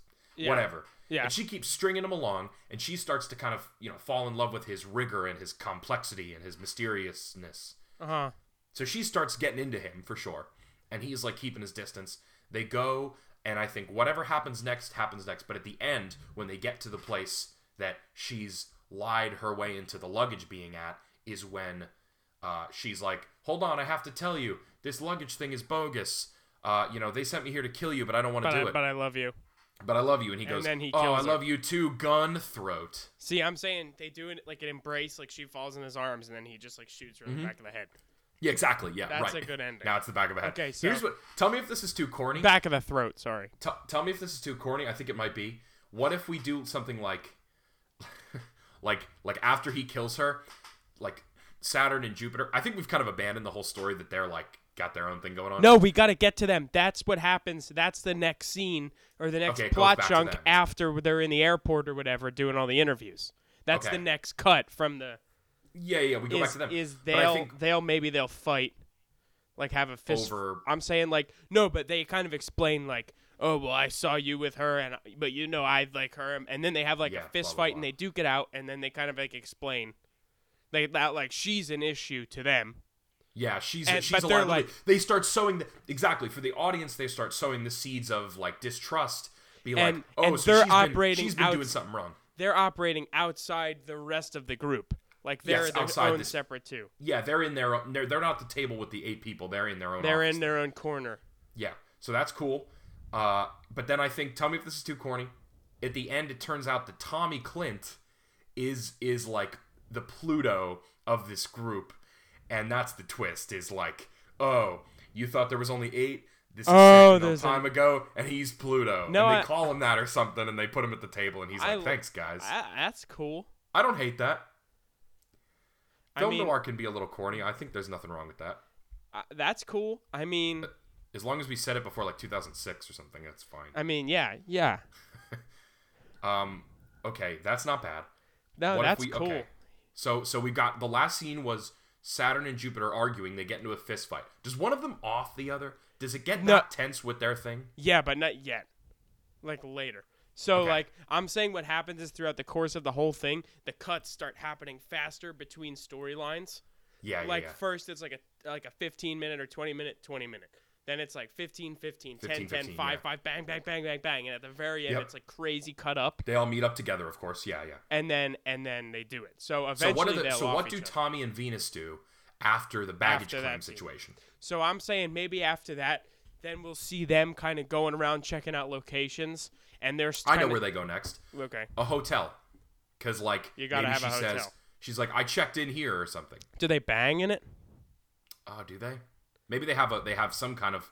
A: whatever
B: Yeah.
A: and she keeps stringing him along and she starts to kind of you know fall in love with his rigor and his complexity and his mysteriousness
B: Uh huh.
A: so she starts getting into him for sure, and he's like keeping his distance. They go, and I think whatever happens next happens next. But at the end, when they get to the place that she's lied her way into the luggage being at, is when uh, she's like, "Hold on, I have to tell you, this luggage thing is bogus. Uh, you know, they sent me here to kill you, but I don't want to
B: But
A: do
B: I,
A: it.
B: but I love you.
A: but I love you." And he
B: And
A: goes,
B: then he
A: "Oh,
B: kills
A: I
B: her.
A: love you too, gun throat."
B: See, I'm saying they do it like an embrace, like she falls in his arms, and then he just like shoots her in
A: Mm-hmm.
B: the back of the head.
A: Yeah, exactly. Yeah,
B: That's
A: right.
B: a good ending.
A: Now it's the back of a head.
B: Okay, so-
A: here's what. Tell me if this is too corny.
B: Back of the throat. Sorry.
A: T- tell me if this is too corny. I think it might be. What if we do something like, like, like after he kills her, like Saturn and Jupiter? I think we've kind of abandoned the whole story that they're like got their own thing going on.
B: No, we got to get to them. That's what happens. That's the next scene or the next
A: Okay, it goes
B: plot
A: back to
B: chunk
A: them.
B: after they're in the airport or whatever doing all the interviews. That's
A: Okay.
B: the next cut from the
A: Yeah, yeah. We go back
B: is,
A: to them.
B: is
A: But I
B: they'll
A: think-
B: they'll maybe they'll fight like have a fist
A: Over-
B: I'm saying like no, but they kind of explain like oh well I saw you with her and but you know I like her and then they have like
A: Yeah,
B: a
A: blah,
B: fist
A: blah,
B: fight
A: blah.
B: and they duke it out and then they kind of like explain they that like she's an issue to them.
A: Yeah, she's
B: And-
A: she's
B: but
A: a
B: they're
A: liability.
B: like-
A: they start sowing the exactly for the audience. They start sowing the seeds of like distrust. Be like,
B: And-
A: oh,
B: and
A: so
B: they're
A: she's been-
B: operating
A: she's been doing
B: outs-
A: something wrong.
B: they're operating outside the rest of the group. Like they're
A: Yes,
B: their
A: outside
B: own
A: this-
B: separate too.
A: Yeah, they're in their own. They're, they're not at the table with the eight people. They're in their own.
B: They're
A: office.
B: in their own corner.
A: Yeah, so that's cool. Uh, but then I think, tell me if this is too corny. At the end, it turns out that Tommy Clint is is like the Pluto of this group, and that's the twist. Is like, oh, you thought there was only eight. This is
B: Oh,
A: oh, a
B: there's a-
A: time ago, and he's Pluto.
B: No,
A: and they
B: I-
A: call him that or something, and they put him at the table, and he's
B: I
A: like,
B: lo-
A: "Thanks, guys. I,
B: Ah, that's cool.
A: don't hate that."
B: I
A: Film
B: mean,
A: noir can be a little corny. I think there's nothing wrong with that,
B: uh, that's cool. I mean,
A: as long as we said it before like 2006 or something. That's fine.
B: I mean, yeah, yeah.
A: Um, okay, that's not bad.
B: No,
A: What if
B: Oh, that's
A: we-
B: cool.
A: okay. So so we got the last scene was Saturn and Jupiter arguing. They get into a fist fight. Does one of them off the other? Does it get
B: No.
A: that tense with their thing?
B: Yeah, but not yet. Like later. So
A: Okay.
B: like I'm saying what happens is throughout the course of the whole thing, the cuts start happening faster between storylines.
A: Yeah, yeah,
B: Like
A: yeah.
B: first it's like a like a 15 minute or 20 minute, 20 minute. Then it's like 15 15, 10
A: 15,
B: 10
A: 15,
B: 5
A: yeah.
B: 5 bang bang bang bang bang and at the very end
A: Yep.
B: it's like crazy cut up
A: They all meet up together, of course. Yeah, yeah.
B: and then and then they do it. So
A: So
B: eventually
A: what are the,
B: they'll
A: so
B: off
A: what
B: each
A: do
B: other.
A: Tommy and Venus do after the baggage
B: After that
A: claim
B: scene.
A: situation?
B: So I'm saying maybe after that, then we'll see them kind of going around checking out locations, and they're.
A: I know where they go next.
B: they. Okay.
A: A hotel, because like
B: You gotta
A: maybe
B: have a
A: she says
B: hotel.
A: she's like I checked in here or something.
B: Do they bang in it?
A: Oh, do they? Maybe they have a they have some kind of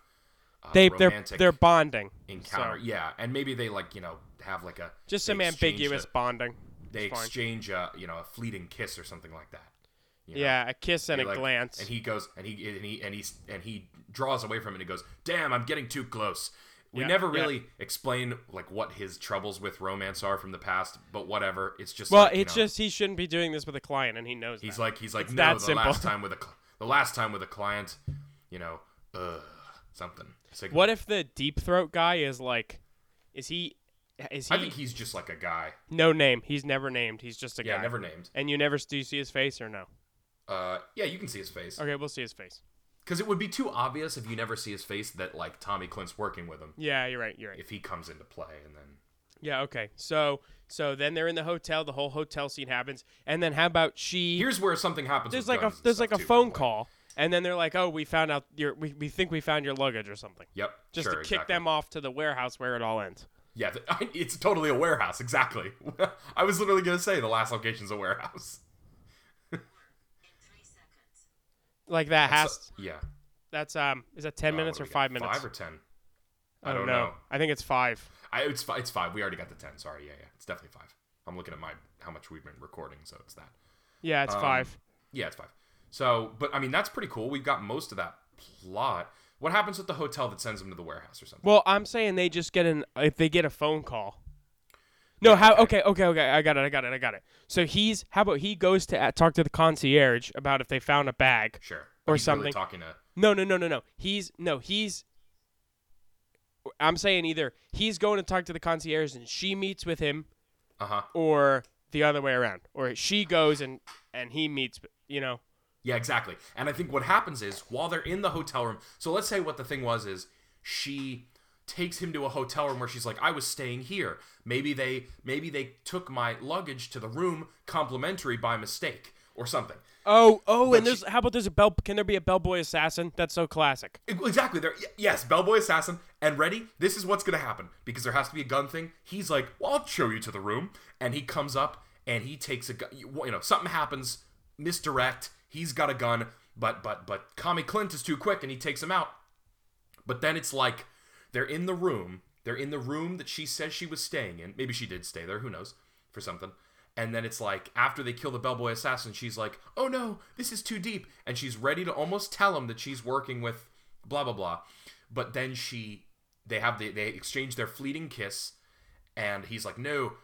A: uh,
B: They they're
A: romantic
B: they're bonding.
A: encounter.
B: So,
A: Yeah, and maybe they like you know have like a
B: just
A: they
B: some
A: exchange
B: ambiguous
A: the-
B: bonding.
A: they
B: It's fine.
A: exchange a you know a fleeting kiss or something like that. you know?
B: Yeah, a kiss and
A: They,
B: a
A: like-
B: glance.
A: And he goes and he and he and he and he draws away from it and he goes, "Damn, I'm getting too close." We
B: Yeah,
A: never
B: yeah.
A: really explain like what his troubles with romance are from the past, but whatever. It's just
B: well,
A: like, you
B: it's
A: know,
B: just he shouldn't be doing this with a client, and he knows
A: he's
B: that.
A: like he's like
B: it's
A: no
B: that
A: the
B: simple."
A: last time with a cl- the last time with a client, you know, uh something. It's like-
B: what if the deep throat guy is like, is he, is he
A: I think he's just like a guy.
B: no name? He's never named. He's just a
A: Yeah,
B: guy.
A: never named.
B: And you never do you see his face or no?
A: Uh, yeah, you can see his face
B: Okay, we'll see his face.
A: because it would be too obvious if you never see his face that like Tommy Clint's working with him.
B: Yeah, you're right. You're right.
A: if he comes into play and then
B: Yeah, okay. So so then they're in the hotel, the whole hotel scene happens, and then how about she
A: here's where something happens
B: there's
A: with
B: like a
A: guns and
B: there's
A: stuff,
B: like a
A: too, by
B: phone
A: the way.
B: call and then they're like, "Oh, we found out your we, we think we found your luggage or something."
A: yep
B: Just
A: sure,
B: to kick
A: exactly.
B: them off to the warehouse where it all ends.
A: yeah th- it's totally a warehouse exactly i was literally gonna say the last location's a warehouse
C: In three seconds.
B: Like that has
A: So- yeah
B: that's um is that 10
A: Uh,
B: minutes
A: what
B: or
A: do we
B: 5
A: got?
B: minutes?
A: five or ten
B: I don't, know. I think it's 5.
A: I, it's, fi- it's five we already got the ten sorry yeah yeah it's definitely five i'm looking at my how much we've been recording so it's that
B: Yeah, it's
A: Um,
B: 5.
A: yeah it's five so but i mean that's pretty cool we've got most of that plot what happens with the hotel that sends them to the warehouse or something
B: Well, I'm saying they just get an if they get a phone call. No, how? Okay, okay, okay. I got it. I got it. I got it. So he's how about he goes to uh, talk to the concierge about if they found a bag.
A: sure
B: or
A: He's really
B: something.
A: talking to
B: No, no, no, no, no. He's no, he's. I'm saying either he's going to talk to the concierge and she meets with him,
A: uh-huh
B: or the other way around, or she goes and and he meets. You know,
A: Yeah, exactly. And I think what happens is while they're in the hotel room, so let's say what the thing was is she takes him to a hotel room where she's like, "I was staying here. Maybe they maybe they took my luggage to the room complimentary by mistake or something."
B: oh, oh,
A: But
B: and there's how about there's a bell? Can there be a bellboy assassin? That's so classic.
A: Exactly. There. y- Yes, Bellboy Assassin. And ready. This is what's gonna happen because there has to be a gun thing. He's like, "Well, I'll show you to the room," and he comes up and he takes a gun. You know, something happens. Misdirect. He's got a gun, but but but Kami Clint is too quick, and he takes him out. But then it's like they're in the room. They're in the room that she says she was staying in. Maybe she did stay there. Who knows? For something. And then it's like after they kill the bellboy assassin, she's like, "Oh no, this is too deep," and she's ready to almost tell him that she's working with blah blah blah. But then she, they have the, they exchange their fleeting kiss, and he's like, "No."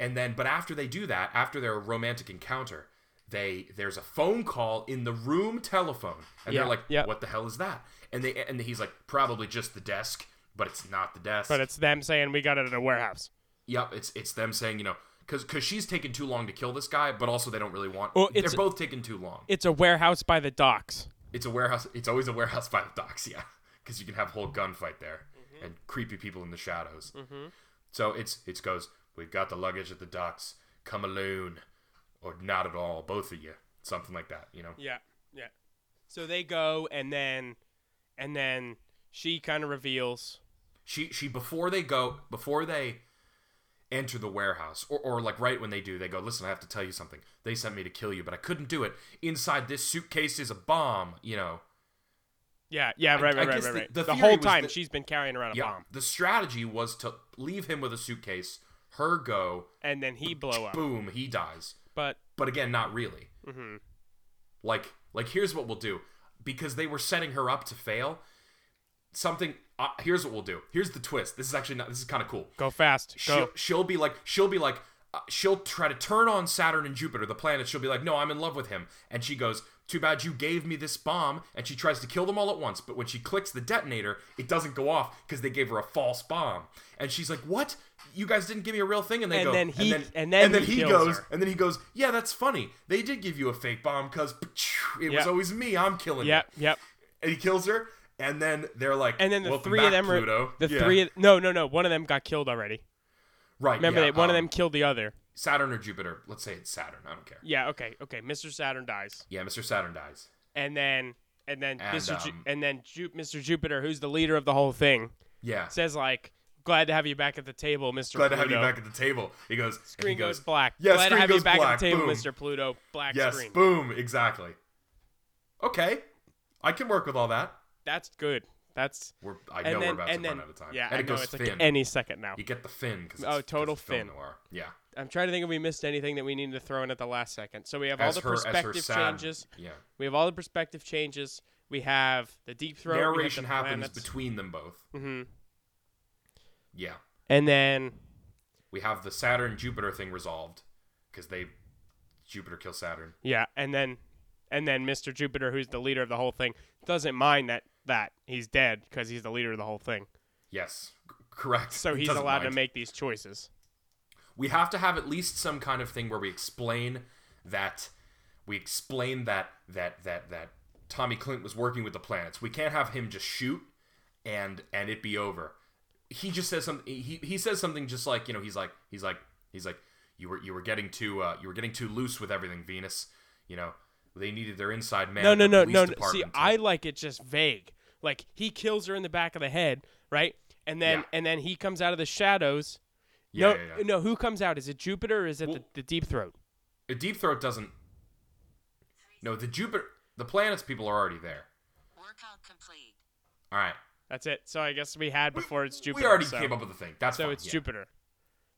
A: And then, but after they do that, after their romantic encounter, they there's a phone call in the room telephone, and
B: Yeah,
A: they're like,
B: yeah.
A: "What what the hell is that? And they and he's like, probably just the desk, but it's not the desk.
B: But it's them saying we got it at a warehouse.
A: yep, it's it's them saying, you know, because because she's taking too long to kill this guy, but also they don't really want.
B: Well,
A: they're
B: it's-
A: both taking too long.
B: It's a warehouse by the docks.
A: it's a warehouse. It's always a warehouse by the docks, yeah, because you can have a whole gunfight there and creepy people in the shadows. So it's it goes. We've got the luggage at the docks. come alone, or not at all, both of you, something like that. You know,
B: Yeah, yeah. So they go, and then, and then she kind of reveals.
A: she she before they go before they enter the warehouse or, or like right when they do they go listen i have to tell you something they sent me to kill you but i couldn't do it inside this suitcase is a bomb you know
B: Yeah, yeah, right,
A: I
B: right, right,
A: guess
B: right.
A: the-
B: right.
A: the
B: The,
A: theory
B: whole
A: was
B: time
A: that-
B: she's been carrying around a
A: yeah
B: bomb,
A: the strategy was to leave him with a suitcase her go
B: and then he blow up.
A: boom he dies
B: But
A: but again not really
B: mhm.
A: like like here's what we'll do because they were setting her up to fail something uh, here's what we'll do here's the twist this is actually not this is kind of cool
B: go fast,
A: she'll,
B: go.
A: she'll be like she'll be like uh, she'll try to turn on Saturn and Jupiter, the planets. She'll be like, "No, I'm in love with him." And she goes, "Too bad you gave me this bomb." And she tries to kill them all at once, but when she clicks the detonator, it doesn't go off because they gave her a false bomb. And she's like, "What? You guys didn't give me a real thing?" And they
B: And
A: go,
B: then he- and then he kills
A: goes,
B: her.
A: and then he goes, "Yeah, that's funny. They did give you a fake bomb because it was
B: Yep.
A: always me. I'm killing you."
B: Yep, yep.
A: And he kills her, and then they're like,
B: And then the
A: "Welcome
B: three of
A: back,
B: them were
A: Pluto."
B: the
A: Yeah.
B: three. Of, no, no, no. One of them got killed already.
A: right?
B: Remember
A: yeah,
B: that one of
A: um,
B: them killed the other.
A: Saturn or Jupiter. Let's say it's Saturn. I don't care.
B: Yeah. Okay. Okay. Mr. Saturn dies,
A: Yeah, Mr. Saturn dies.
B: and then and then
A: And,
B: Mr. Ju-
A: um,
B: and then Ju- Mr. Jupiter, who's the leader of the whole thing,
A: Yeah.
B: says like, "Glad to have you back at the table, Mr.
A: Glad
B: Pluto.
A: to have you back at the table. He goes, and he
B: Screen goes,
A: goes,
B: black.
A: Yeah,
B: Glad to
A: screen
B: have
A: goes
B: you back
A: black.
B: at the table,
A: Boom.
B: Mr. Pluto. Black
A: Yes,
B: screen.
A: boom, exactly. Okay. I can work with all that.
B: That's good. That's
A: We're, I
B: and
A: know
B: then
A: we're about to
B: and then
A: run out of time.
B: yeah,
A: and
B: I
A: it
B: know
A: goes
B: it's
A: Finn.
B: like any second now.
A: you get the Finn because
B: Oh, total Finn.
A: Noir. Yeah.
B: I'm trying to think if we missed anything that we needed to throw in at the last second. So we have all
A: As
B: the
A: her, as her
B: perspective
A: sad,
B: changes.
A: Yeah.
B: We have all the perspective changes. We have the deep throat. we have the
A: Narration happens
B: planets.
A: between them both.
B: Mhm.
A: Yeah.
B: And then
A: We have the Saturn Jupiter thing resolved because they Jupiter kills Saturn.
B: yeah, and then and then Mr. Jupiter, who's the leader of the whole thing, doesn't mind that that he's dead because he's the leader of the whole thing.
A: Yes. c- correct.
B: So
A: He
B: he's
A: doesn't
B: allowed to
A: mind.
B: make these choices.
A: we have to have at least some kind of thing where we explain that we explain that that that that Tommy Clint was working with the planets. We can't have him just shoot and and it be over. He just says something he, he says something just like, you know, he's like he's like he's like you were you were getting too uh, you were getting too loose with everything, Venus. You know, they needed their inside man.
B: No,
A: at
B: no,
A: the
B: no,
A: police
B: no, no. See,
A: department to-
B: I like it just vague. Like he kills her in the back of the head, right? And then
A: Yeah.
B: and then he comes out of the shadows.
A: yeah,
B: no,
A: yeah, yeah.
B: no. Who comes out? Is it Jupiter? or Is it the,
A: Well-
B: the Deep Throat?
A: Uh, Deep Throat doesn't No, the Jupiter the planets people are already there.
C: Workout complete.
A: All right.
B: That's it. So I guess we had before it's Jupiter.
A: we already
B: so,
A: came up with a thing. That's
B: So
A: fine,
B: it's
A: yeah.
B: Jupiter.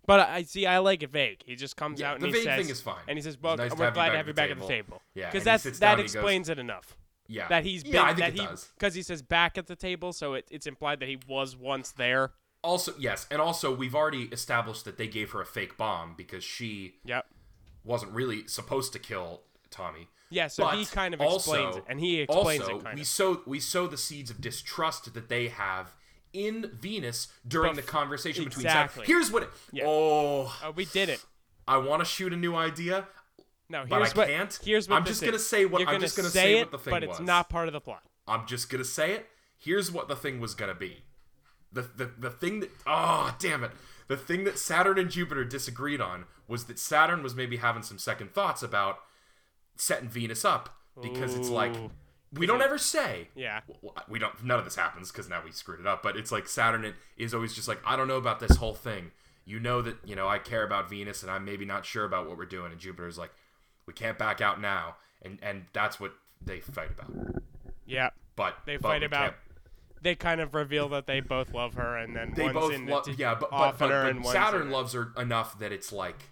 B: But I see. I like it vague. He just comes
A: Yeah,
B: out and
A: the
B: he
A: vague
B: says,
A: thing is fine.
B: and he says,
A: It's
B: "Well,
A: nice to
B: we're
A: have you
B: glad
A: back
B: to
A: at
B: have you
A: the
B: back at the
A: table."
B: table."
A: Yeah, and he
B: because that's
A: sits down
B: that
A: and he goes-
B: explains it enough.
A: Yeah.
B: That he's been
A: yeah, I think
B: that
A: it
B: he
A: does.
B: because he says back at the table, so it, it's implied that he was once there.
A: Also, yes, and also we've already established that they gave her a fake bomb because she
B: Yep.
A: wasn't really supposed to kill Tommy.
B: Yeah, so
A: But
B: he kind of
A: also-
B: explains it, and he explains
A: also,
B: it kind
A: we
B: of.
A: sow we sow the seeds of distrust that they have in Venus during
B: Bef-
A: the conversation
B: exactly.
A: between. Seth. Here's what. It,
B: Yeah.
A: Oh,
B: Oh, we did it.
A: I want to shoot a new idea,
B: No, here's
A: but I
B: what.
A: can't.
B: Here's what
A: I'm
B: this
A: just gonna
B: is.
A: say what
B: You're
A: I'm
B: gonna
A: just gonna
B: say,
A: say
B: it,
A: what the thing
B: but
A: was.
B: it's not part of the plot.
A: I'm just gonna say it. Here's what the thing was gonna be. The the, the thing that oh damn it. The thing that Saturn and Jupiter disagreed on was that Saturn was maybe having some second thoughts about setting Venus up because it's like
B: Ooh.
A: we don't ever say
B: Yeah.
A: well, we don't none of this happens because now we screwed it up but it's like saturn i- is always just like i don't know about this whole thing you know that you know i care about venus and i'm maybe not sure about what we're doing and jupiter's like we can't back out now and and that's what they fight about
B: Yeah.
A: but
B: They
A: but
B: fight
A: we
B: about.
A: can't-
B: They kind of reveal that they both love her, and then
A: they
B: one's
A: both
B: in
A: love
B: the
A: yeah but, but,
B: off
A: but,
B: in her
A: but
B: and one's
A: saturn
B: in-
A: loves her enough that it's like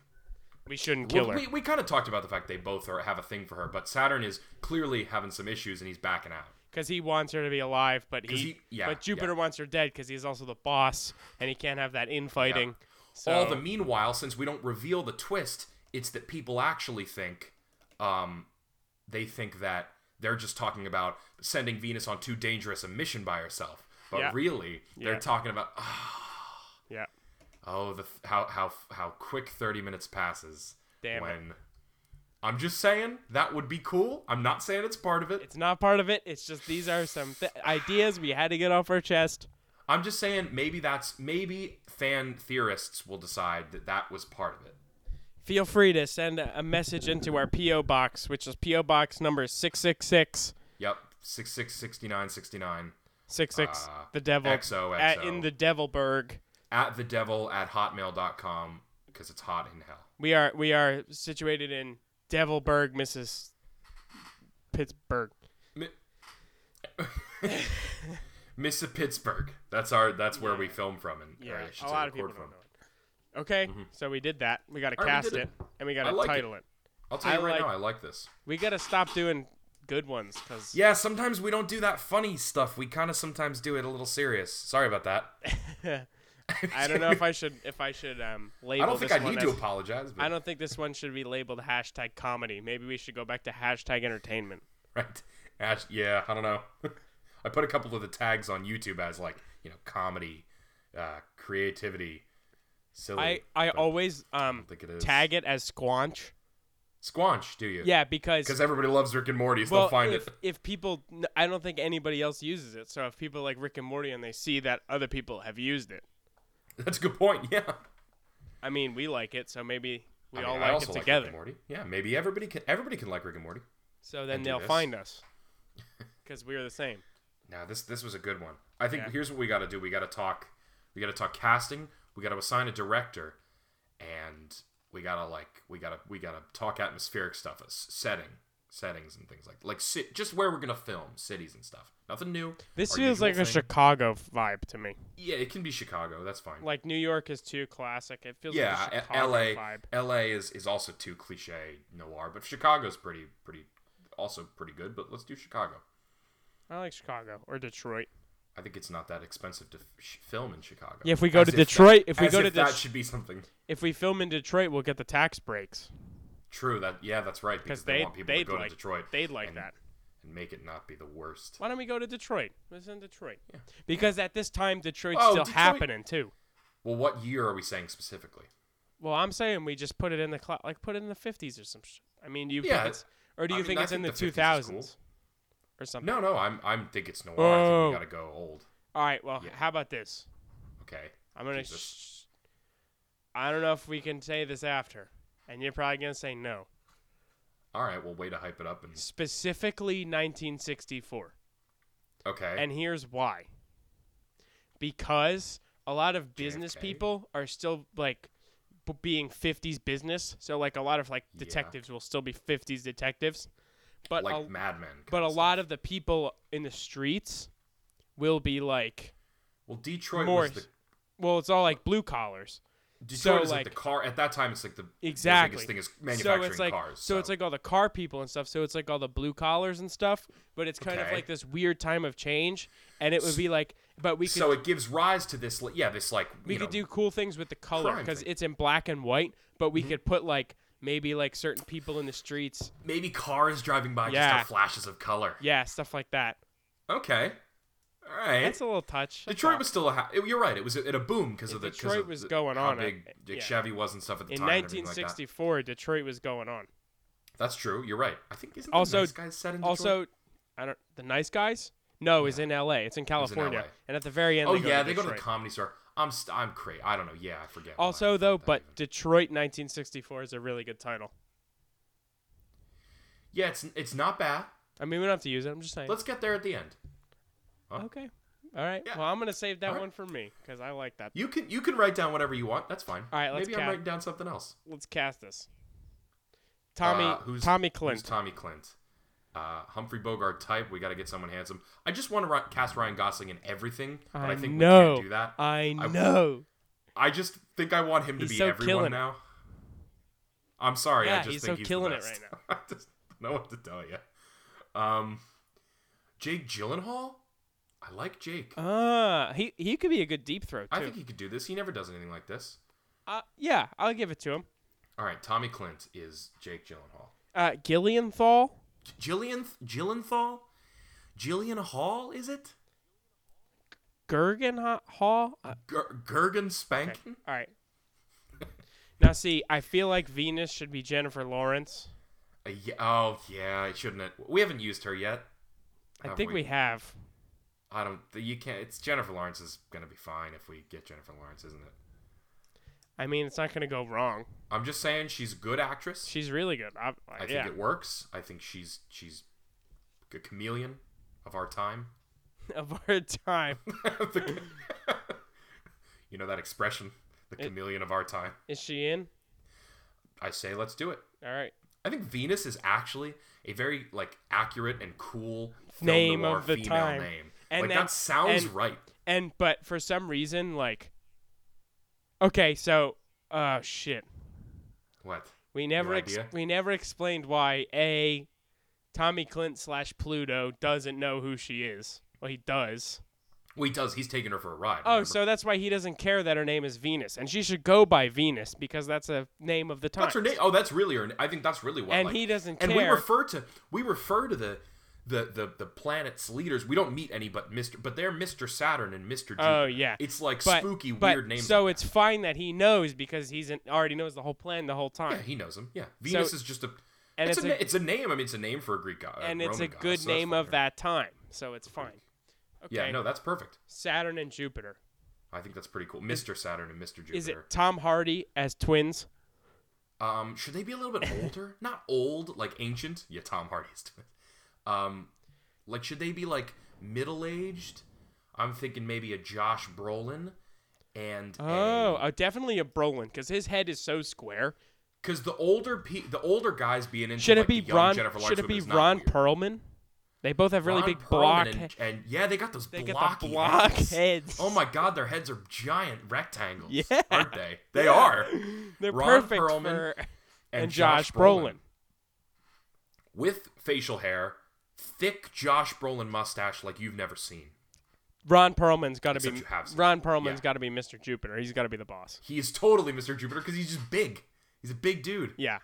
B: We shouldn't kill
A: well,
B: her.
A: we, we kind of talked about the fact they both are, have a thing for her but saturn is clearly having some issues and he's backing out
B: because he wants her to be alive, but
A: 'Cause
B: he,
A: he- yeah,
B: but Jupiter
A: yeah.
B: wants her dead because he's also the boss, and he can't have that infighting. So
A: All the meanwhile, since we don't reveal the twist, it's that people actually think, um, they think that they're just talking about sending Venus on too dangerous a mission by herself. But
B: Yeah.
A: really, they're
B: Yeah.
A: talking about oh,
B: yeah,
A: the how how how quick thirty minutes passes
B: Damn it.
A: when. I'm just saying that would be cool. I'm not saying it's part of it.
B: it's not part of it. It's just these are some th- ideas we had to get off our chest.
A: I'm just saying maybe that's maybe fan theorists will decide that that was part of it.
B: feel free to send a a message into our PO box, which is PO box number 666
A: Yep. 666969.
B: 66
A: Uh,
B: the devil
A: XOXO.
B: at in the devilberg.
A: At the devil at hotmail.com because it's hot in hell.
B: We are we are situated in Devilburg, Mrs. Pittsburgh.
A: Mi- Miss Pittsburgh. That's our. That's where we film from, and or I should
B: a
A: say
B: lot of people
A: record
B: don't know
A: from.
B: it. Okay, so we did that. We got to
A: Mm-hmm. All right, we
B: cast
A: did
B: it,
A: it.
B: and we got
A: I
B: to
A: like it.
B: title it.
A: I'll tell
B: I
A: you right
B: like-
A: now, I like this.
B: We got to stop doing good ones because
A: Yeah, sometimes we don't do that funny stuff. We kind of sometimes do it a little serious. Sorry about that.
B: I don't know if I should if I should um label
A: I don't think
B: this
A: I
B: one
A: need to
B: as-
A: apologize. But,
B: I don't think this one should be labeled hashtag comedy. Maybe we should go back to hashtag entertainment.
A: Right. Ash, yeah, I don't know. I put a couple of the tags on YouTube as like you know comedy, uh, creativity, silly.
B: I I
A: but
B: always um
A: think it is.
B: tag it as squanch.
A: squanch. Do you?
B: Yeah, because
A: Because everybody loves Rick and Morty, so
B: well,
A: they'll find
B: if,
A: it.
B: if people, n- I don't think anybody else uses it. So if people like Rick and Morty and they see that other people have used it,
A: That's a good point. Yeah.
B: I mean, we like it, so maybe we
A: I mean,
B: all
A: I
B: like
A: also
B: it
A: like Rick
B: together.
A: and Morty. Yeah, maybe everybody can. Everybody can like Rick and Morty.
B: so then
A: and do
B: they'll
A: this.
B: find us because we're the same.
A: Now this this was a good one. I think
B: Yeah.
A: here's what we got to do. We got to talk. We got to talk casting. We got to assign a director, and we gotta like we gotta we gotta talk atmospheric stuff, uh, s- setting, settings, and things like like ci- just where we're gonna film, cities and stuff. Nothing new.
B: This
A: Our
B: feels
A: usual
B: like a
A: thing.
B: Chicago vibe to me.
A: Yeah, it can be Chicago. That's fine.
B: Like New York is too classic. It feels
A: yeah,
B: like a
A: a-
B: Chicago
A: L.A.
B: vibe.
A: L.A. is is also too cliche noir, but Chicago's pretty pretty also pretty good. But let's do Chicago.
B: I like Chicago or Detroit.
A: I think it's not that expensive to f- sh- film in Chicago.
B: Yeah, if we go
A: As
B: to
A: that-
B: Detroit- if we
A: as
B: go to
A: if that
B: Det-
A: should be something.
B: If we film in Detroit, we'll get the tax breaks
A: True. That yeah, that's right. Because
B: because
A: they,
B: they
A: want people to
B: they'd
A: go
B: like
A: to Detroit.
B: they'd like
A: and,
B: that.
A: and make it not be the worst.
B: Why don't we go to Detroit? Let's in Detroit because at this time Detroit's
A: Oh,
B: still
A: Detroit-
B: happening too.
A: Well, what year are we saying specifically?
B: Well, I'm saying we just put it in the cl- like put it in the 50s or some shit. I mean, do you
A: Yeah,
B: think it's or do
A: I
B: you
A: mean,
B: think
A: I
B: it's in the,
A: think the 50s is
B: 2000s
A: cool.
B: or something?
A: No, no. I'm I'm think it's noir.
B: Oh.
A: I think we gotta go old.
B: All right. Well,
A: Yeah.
B: how about this?
A: Okay.
B: I'm gonna.
A: Jesus.
B: Sh- I don't know if we can say this after, and you're probably gonna say no.
A: All right. Well, way to hype it up and
B: Specifically, 1964.
A: okay.
B: And here's why. Because a lot of business
A: JFK?
B: people are still like b- being 50s business. So like a lot of like
A: Yeah.
B: detectives will still be 50s detectives. But
A: like
B: a,
A: Mad Men.
B: but
A: kinda
B: a
A: stuff.
B: lot of the people in the streets will be like
A: Well, Detroit
B: more
A: was the
B: well, it's all like blue collars.
A: Detroit
B: so,
A: is like,
B: like-
A: the car at that time. It's like the the
B: Exactly.
A: biggest thing is
B: so
A: manufacturing
B: it's like,
A: cars.
B: So, it's like all the car people and stuff. So it's like all the blue collars and stuff. But it's kind of
A: Okay.
B: like this weird time of change, and it would be like, but we could
A: so it gives rise to this. li- Yeah, this like
B: we
A: you
B: could
A: know,
B: do cool things with the color
A: crime
B: because
A: thing. Mm-hmm.
B: it's in black and white, but we could put like maybe like certain people in the streets,
A: maybe cars driving by
B: Yeah.
A: just are flashes of color.
B: yeah, stuff like that.
A: Okay. All right.
B: That's a little touch. that's
A: Detroit
B: all.
A: was still a. ha- it- You're right. It was at a boom because of the 'cause
B: Detroit
A: of
B: was
A: the-
B: going
A: how
B: on at-
A: big Dick
B: yeah.
A: Chevy was and stuff at the
B: in
A: time. and everything like that.
B: 1964. Detroit was going on.
A: That's true. You're right. I think isn't
B: Also-
A: the nice guys set in Detroit?
B: Also, I don't the nice guys. No, is in L.A. It's in California,
A: LA.
B: and at the very end,
A: oh
B: they go
A: yeah,
B: to
A: they go to the
B: Detroit.
A: comedy store. I'm st- I'm crazy. I don't know. Yeah, I forget. why I
B: Also,
A: thought
B: though,
A: that
B: but
A: even.
B: Detroit 1964 is a really good title.
A: yeah, it's it's not bad.
B: I mean, we don't have to use it. I'm just saying.
A: Let's get there at the end.
B: okay. All right.
A: Yeah.
B: Well, I'm gonna save that
A: All right.
B: one for me because I like that.
A: You can you can write down whatever you want. That's fine.
B: All right, let's
A: Maybe I'm
B: cap-
A: writing down something else.
B: Let's cast this. Tommy,
A: Uh, who's
B: Tommy
A: Who's
B: Clint.
A: Tommy Clint. Uh, Humphrey Bogart type. We got to get someone handsome. I just want to ri- cast Ryan Gosling in everything, but I, think we
B: know.
A: can't do that.
B: I
A: I-
B: know.
A: I just think I want him to
B: He's
A: be
B: so
A: everyone
B: killing it.
A: now. I'm sorry. I
B: Yeah,
A: just
B: he's
A: think
B: so
A: he's
B: killing
A: the
B: it
A: best.
B: right now.
A: I just don't know what to tell you. Um, Jake Gyllenhaal. I like Jake.
B: Ah, he he could be a good deep throw too.
A: I think he could do this. He never does anything like this.
B: uh, yeah, I'll give it to him.
A: All right, Tommy Clint is Jake Gyllenhaal.
B: Uh, Gillianthal,
A: Gillian Gyllenhaal. Gillian Hall is it?
B: Gergen Hall. Uh,
A: Ger- Gergen Spankin.
B: okay. All right. now see, I feel like Venus should be Jennifer Lawrence.
A: Uh, yeah, oh yeah, I shouldn't. Have, we haven't used her yet.
B: I
A: Have
B: think
A: we?
B: we have.
A: I don't. You can't. It's Jennifer Lawrence is gonna be fine if we get Jennifer Lawrence, isn't it?
B: I mean, it's not gonna go wrong.
A: I'm just saying she's a good actress.
B: She's really good. I,
A: I think
B: yeah.
A: it works. I think she's she's a chameleon of our time.
B: of our time.
A: The- you know that expression, the chameleon of our time.
B: Is she in?
A: I say let's do it.
B: All right.
A: I think Venus is actually a very like accurate and cool film
B: Name
A: noir
B: of the
A: female
B: time.
A: name.
B: And
A: like
B: that-
A: that sounds
B: and-
A: right.
B: And but for some reason, like, okay, so uh, shit,
A: What?
B: we never ex-
A: idea?
B: we never explained why a Tommy Clint slash Pluto doesn't know who she is. Well, he does.
A: Well, he does. He's taking her for a ride.
B: Oh,
A: remember?
B: so that's why he doesn't care that her name is Venus, and she should go by Venus because that's a name of the time.
A: that's her name. Oh, that's really her. I think that's really what.
B: And
A: like-
B: he doesn't
A: And we
B: care.
A: refer to we refer to the. The, the, the planet's leaders we don't meet any but Mr. but they're Mr. Saturn and Mr. Jupiter.
B: Oh yeah,
A: it's like
B: But-
A: spooky
B: but
A: weird names.
B: So it's fine that he knows because he's in, already knows the whole plan the whole time.
A: Yeah, he knows him. Yeah, Venus is just a.
B: and
A: it's,
B: it's
A: a,
B: a-
A: na- it's a name. I mean, it's a name for a Greek god,
B: and it's a
A: uh, Roman goddess,
B: good
A: so that's
B: name
A: fine.
B: of that time, so it's fine. Okay.
A: Yeah, no, that's perfect.
B: Saturn and Jupiter.
A: I think that's pretty cool. Mr. Saturn and Mr. Jupiter.
B: Is it Tom Hardy as twins?
A: Um, should they be a little bit older? Not old, like ancient. Yeah, Tom Hardy's. doing it. Um, like should they be like middle aged? I'm thinking maybe a Josh Brolin, and a,
B: Oh, uh, definitely a Brolin because his head is so square.
A: because the older pe- the older guys being into
B: Should
A: like,
B: it be
A: the young
B: Ron?
A: Jennifer Lawrence
B: Should it
A: women
B: be
A: is not
B: Ron
A: weird.
B: Perlman? They both have really
A: Ron
B: big
A: Perlman
B: block.
A: and,
B: head-
A: and yeah, they got those
B: They got
A: blocky
B: the block
A: heads.
B: heads.
A: Oh my god, their heads are giant rectangles,
B: Yeah.
A: aren't they? They are.
B: They're
A: Ron
B: perfect
A: Perlman
B: for and Josh Brolin.
A: with facial hair, thick Josh Brolin mustache like you've never seen.
B: Ron Perlman's got to
A: Except
B: be
A: you have seen
B: Ron
A: it.
B: Perlman's
A: Yeah.
B: got to be Mr. Jupiter. He's got to be the boss.
A: He is totally Mr. Jupiter because he's just big. He's a big dude.
B: Yeah,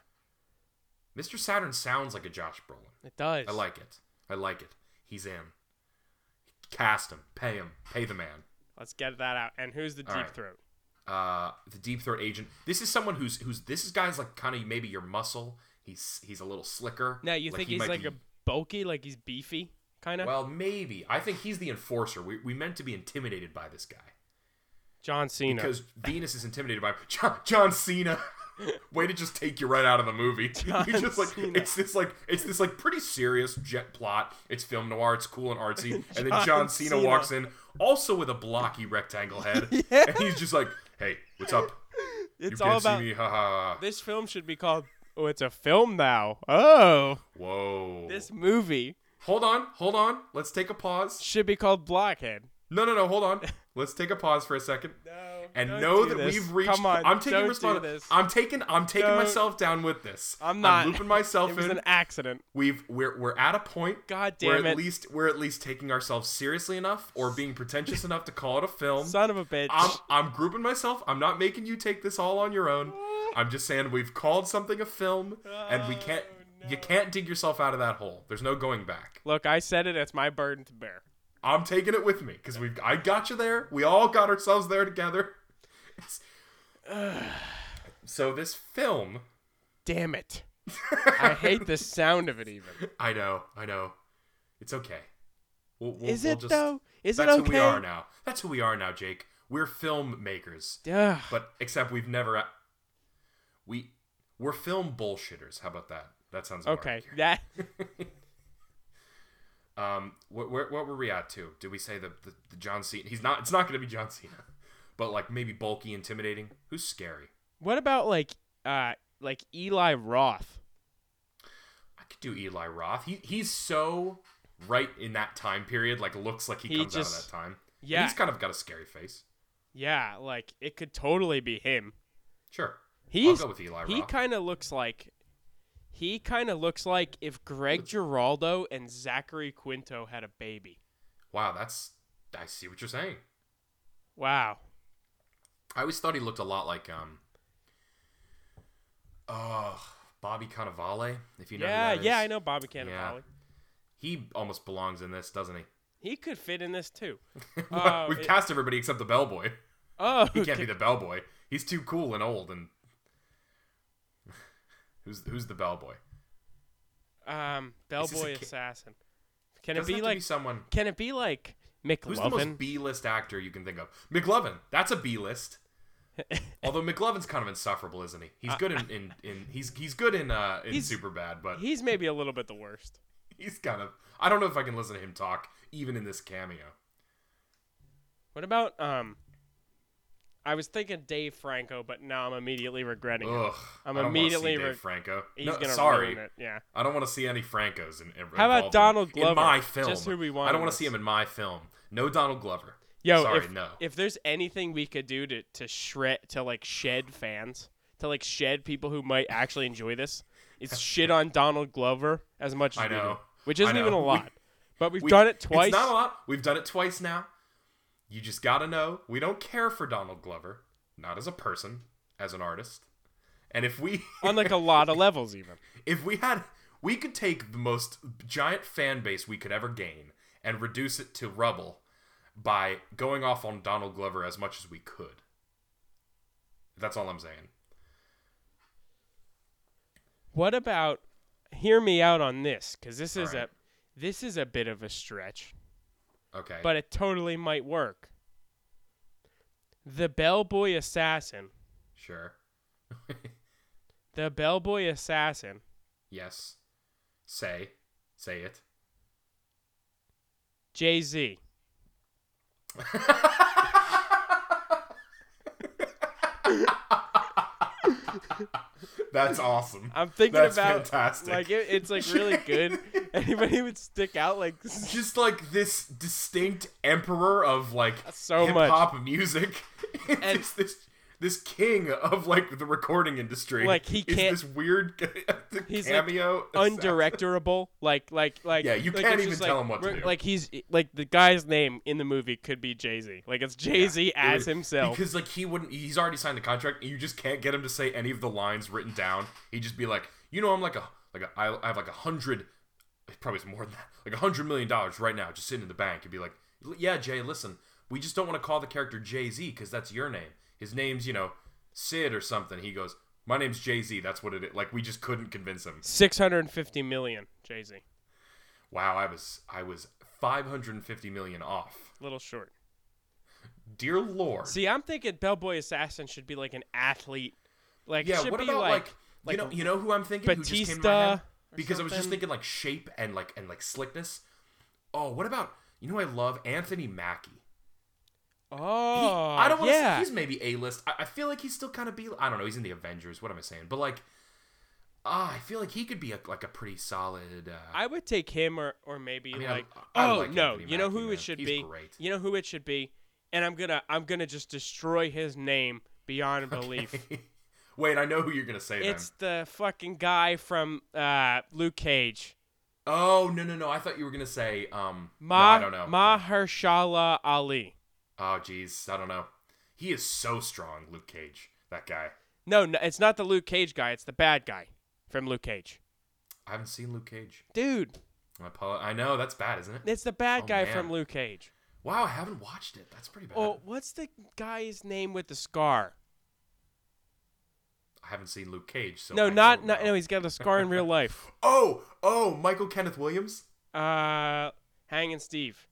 A: Mr. Saturn sounds like a Josh Brolin.
B: it does.
A: I like it. I like it. He's in. Cast him. Pay him. Pay the man.
B: Let's get that out. And who's the deep
A: All right.
B: throat?
A: Uh, the deep throat agent. This is someone who's who's this is guys like kind of maybe your muscle. He's he's a little slicker.
B: Now you think
A: he
B: he's
A: might
B: like
A: be-
B: a bulky, like he's beefy, kind of.
A: well maybe. I think he's the enforcer. We we meant to be intimidated by this guy.
B: John Cena.
A: because Venus is intimidated by him. John, John Cena. Way to just take you right out of the movie.
B: John
A: you just like
B: Cena.
A: it's this like it's this like pretty serious jet plot. It's film noir. It's cool and artsy. And then
B: John
A: John Cena,
B: Cena.
A: walks in, also with a blocky rectangle head, and he's just like, "Hey, what's up?
B: it's
A: you
B: all
A: can't
B: about
A: see me. Ha ha.
B: this film should be called. Oh, it's a film now. Oh,
A: Whoa.
B: this movie
A: Hold on, hold on. Let's take a pause.
B: should be called Blockhead.
A: No, no, no. Hold on. Let's take a pause for a second.
B: No,
A: and know that we've reached.
B: Come on,
A: I'm taking
B: don't
A: respons-
B: do this.
A: I'm taking. I'm taking
B: Don't-
A: myself down with this.
B: I'm not.
A: I'm looping myself
B: it was
A: in.
B: an accident.
A: We've we're we're at a point.
B: God
A: where
B: damn
A: at
B: it.
A: least we're at least taking ourselves seriously enough, or being pretentious enough to call it a film.
B: Son of a bitch.
A: I'm I'm grouping myself. I'm not making you take this all on your own. I'm just saying we've called something a film, and we can't. You
B: Oh,
A: can't dig yourself out of that hole. There's no going back.
B: Look, I said it. It's my burden to bear.
A: I'm taking it with me because we. I got you there. We all got ourselves there together. It's- so this film,
B: Damn it. I hate the sound of it. Even
A: I know, I know, it's okay. We'll, we'll,
B: is
A: we'll
B: it
A: just,
B: though? Is
A: That's
B: it okay?
A: who we are now. That's who we are now, Jake. We're filmmakers,
B: Ugh.
A: but except we've never. a- We we're film bullshitters. How about that? That sounds more
B: Okay,
A: accurate.
B: that
A: Um, what, where, what were we at too? Did we say the, the, the John Cena? He's not. It's not going to be John Cena, but like maybe bulky, intimidating. Who's scary?
B: What about like uh like Eli Roth?
A: I could do Eli Roth. He he's so right in that time period. Like looks like he,
B: He
A: comes out of
B: just-
A: that time. And
B: yeah.
A: he's kind of got a scary face.
B: Yeah, like it could totally be him.
A: Sure,
B: He's
A: I'll go with Eli
B: he
A: Roth.
B: kind of looks like he kind of looks like if Greg Giraldo and Zachary Quinto had a baby.
A: wow, that's I see what you're saying.
B: Wow.
A: I always thought he looked a lot like um, oh Bobby Cannavale. If you know, who
B: yeah,
A: that
B: yeah,
A: is.
B: I know Bobby Cannavale.
A: He almost belongs in this, doesn't he?
B: He could fit in this too.
A: Well,
B: Oh,
A: We've
B: it-
A: cast everybody except the bellboy.
B: Oh,
A: He can't
B: okay.
A: be the bellboy. He's too cool and old. And who's who's the bellboy?
B: um
A: Is this a
B: Bellboy
A: kid?
B: Assassin. Can it
A: Doesn't
B: be
A: have to
B: like
A: be someone?
B: can it be like
A: Who's
B: McLovin?
A: the most B list actor you can think of? McLovin. That's a B list. Although McLovin's kind of insufferable, isn't he? He's good in, in, in he's he's good in uh in
B: He's-
A: super bad, but
B: He's maybe a little bit the worst.
A: he's kind of I don't know if I can listen to him talk even in this cameo.
B: What about um? I was thinking Dave Franco, but now I'm immediately regretting it.
A: Ugh,
B: I'm
A: I don't wanna
B: immediately
A: see Dave
B: re-
A: Franco.
B: He's
A: No,
B: gonna
A: sorry,
B: ruin it. Yeah.
A: I don't want to see any Francos in. in
B: How
A: involved
B: about
A: in-
B: Donald
A: in
B: Glover?
A: my film?
B: Just who we want
A: I don't
B: in
A: want to
B: this.
A: see him in my film. No Donald Glover.
B: Yo,
A: sorry,
B: if,
A: no.
B: if there's anything we could do to to shred to like shed fans, to like shed people who might actually enjoy this, it's shit on Donald Glover as much as
A: I
B: we do,
A: know.
B: which
A: I
B: isn't even a
A: know. We-
B: lot. but we've
A: We-
B: done it twice.
A: It's not a lot. We've done it twice now. You just gotta know we don't care for Donald Glover, not as a person, as an artist. And if we
B: on like a lot of levels even.
A: if we had we could take the most giant fan base we could ever gain and reduce it to rubble by going off on Donald Glover as much as we could. That's all I'm saying.
B: What about hear me out on this cuz this is
A: Alright.
B: a this is a bit of a stretch,
A: Okay.
B: but it totally might work. The Bellboy Assassin.
A: sure.
B: The Bellboy Assassin.
A: yes. Say. Say it.
B: Jay-Z.
A: That's awesome.
B: I'm thinking
A: That's
B: about
A: fantastic.
B: like it, it's like really good. Anybody would stick out like
A: just like this distinct emperor of like
B: So
A: hip
B: much.
A: hop music, and
B: And-
A: this, this this king of like the recording industry.
B: Like, he
A: is
B: can't-
A: this weird
B: he's, like,
A: cameo
B: undirectorable. Like like like
A: Yeah, you
B: like,
A: can't
B: it's
A: even
B: just,
A: tell
B: like,
A: him what to
B: we're-
A: do.
B: Like he's like the guy's name in the movie could be Jay Z. Like it's Jay Z
A: Dude,
B: as himself.
A: because like he wouldn't he's already signed the contract and you just can't get him to say any of the lines written down he'd just be like you know i'm like a like a, I, I have like a hundred probably it's more than that like a hundred million dollars right now just sitting in the bank he'd be like yeah jay listen we just don't want to call the character jay-z because that's your name his name's you know sid or something he goes my name's jay-z that's what it is like we just couldn't convince him
B: Six hundred and fifty million Jay Z.
A: wow i was i was 550 million off
B: Little short.
A: dear lord
B: See, I'm thinking Bellboy Assassin should be like an athlete. Like
A: Yeah,
B: should
A: what
B: be
A: about like, you
B: like,
A: know you know who I'm thinking who just came to my
B: Batista
A: head?
B: or
A: because I was just
B: something?
A: thinking like shape and like and like slickness. Oh, what about you know who I love Anthony Mackie. He-
B: oh
A: I don't want to
B: yeah.
A: say he's maybe A list. I, I feel like he's still kind of B. I don't know. He's in the Avengers. What am I saying? But like, ah, I feel like he could be a, like a pretty solid. Uh,
B: I would take him or or maybe
A: mean, I-
B: like
A: I
B: oh
A: like
B: no,
A: Anthony
B: you know
A: Mackie,
B: who
A: man.
B: it should
A: He's
B: be.
A: great.
B: You know who it should be, and I'm gonna I'm gonna just destroy his name beyond belief.
A: Wait, I know who you're gonna say. then.
B: It's the fucking guy from uh, Luke Cage,
A: Oh no no no! I thought you were gonna say um.
B: Ma
A: no, I don't know.
B: Mahershala Ali.
A: oh jeez, I don't know. He is so strong, Luke Cage. That guy.
B: No, no, it's not the Luke Cage guy. It's the bad guy from Luke Cage.
A: I haven't seen Luke Cage.
B: Dude,
A: I apolo- I know that's bad, isn't it?
B: it's the bad
A: Oh,
B: guy
A: man.
B: from Luke Cage.
A: Wow, I haven't watched it. That's pretty bad.
B: Oh, what's the guy's name with the scar?
A: I haven't seen Luke Cage, so
B: no,
A: I
B: not,
A: don't
B: not
A: know.
B: no. He's got a scar in real life.
A: Oh, oh, Michael Kenneth Williams.
B: Uh, Hanging Steve.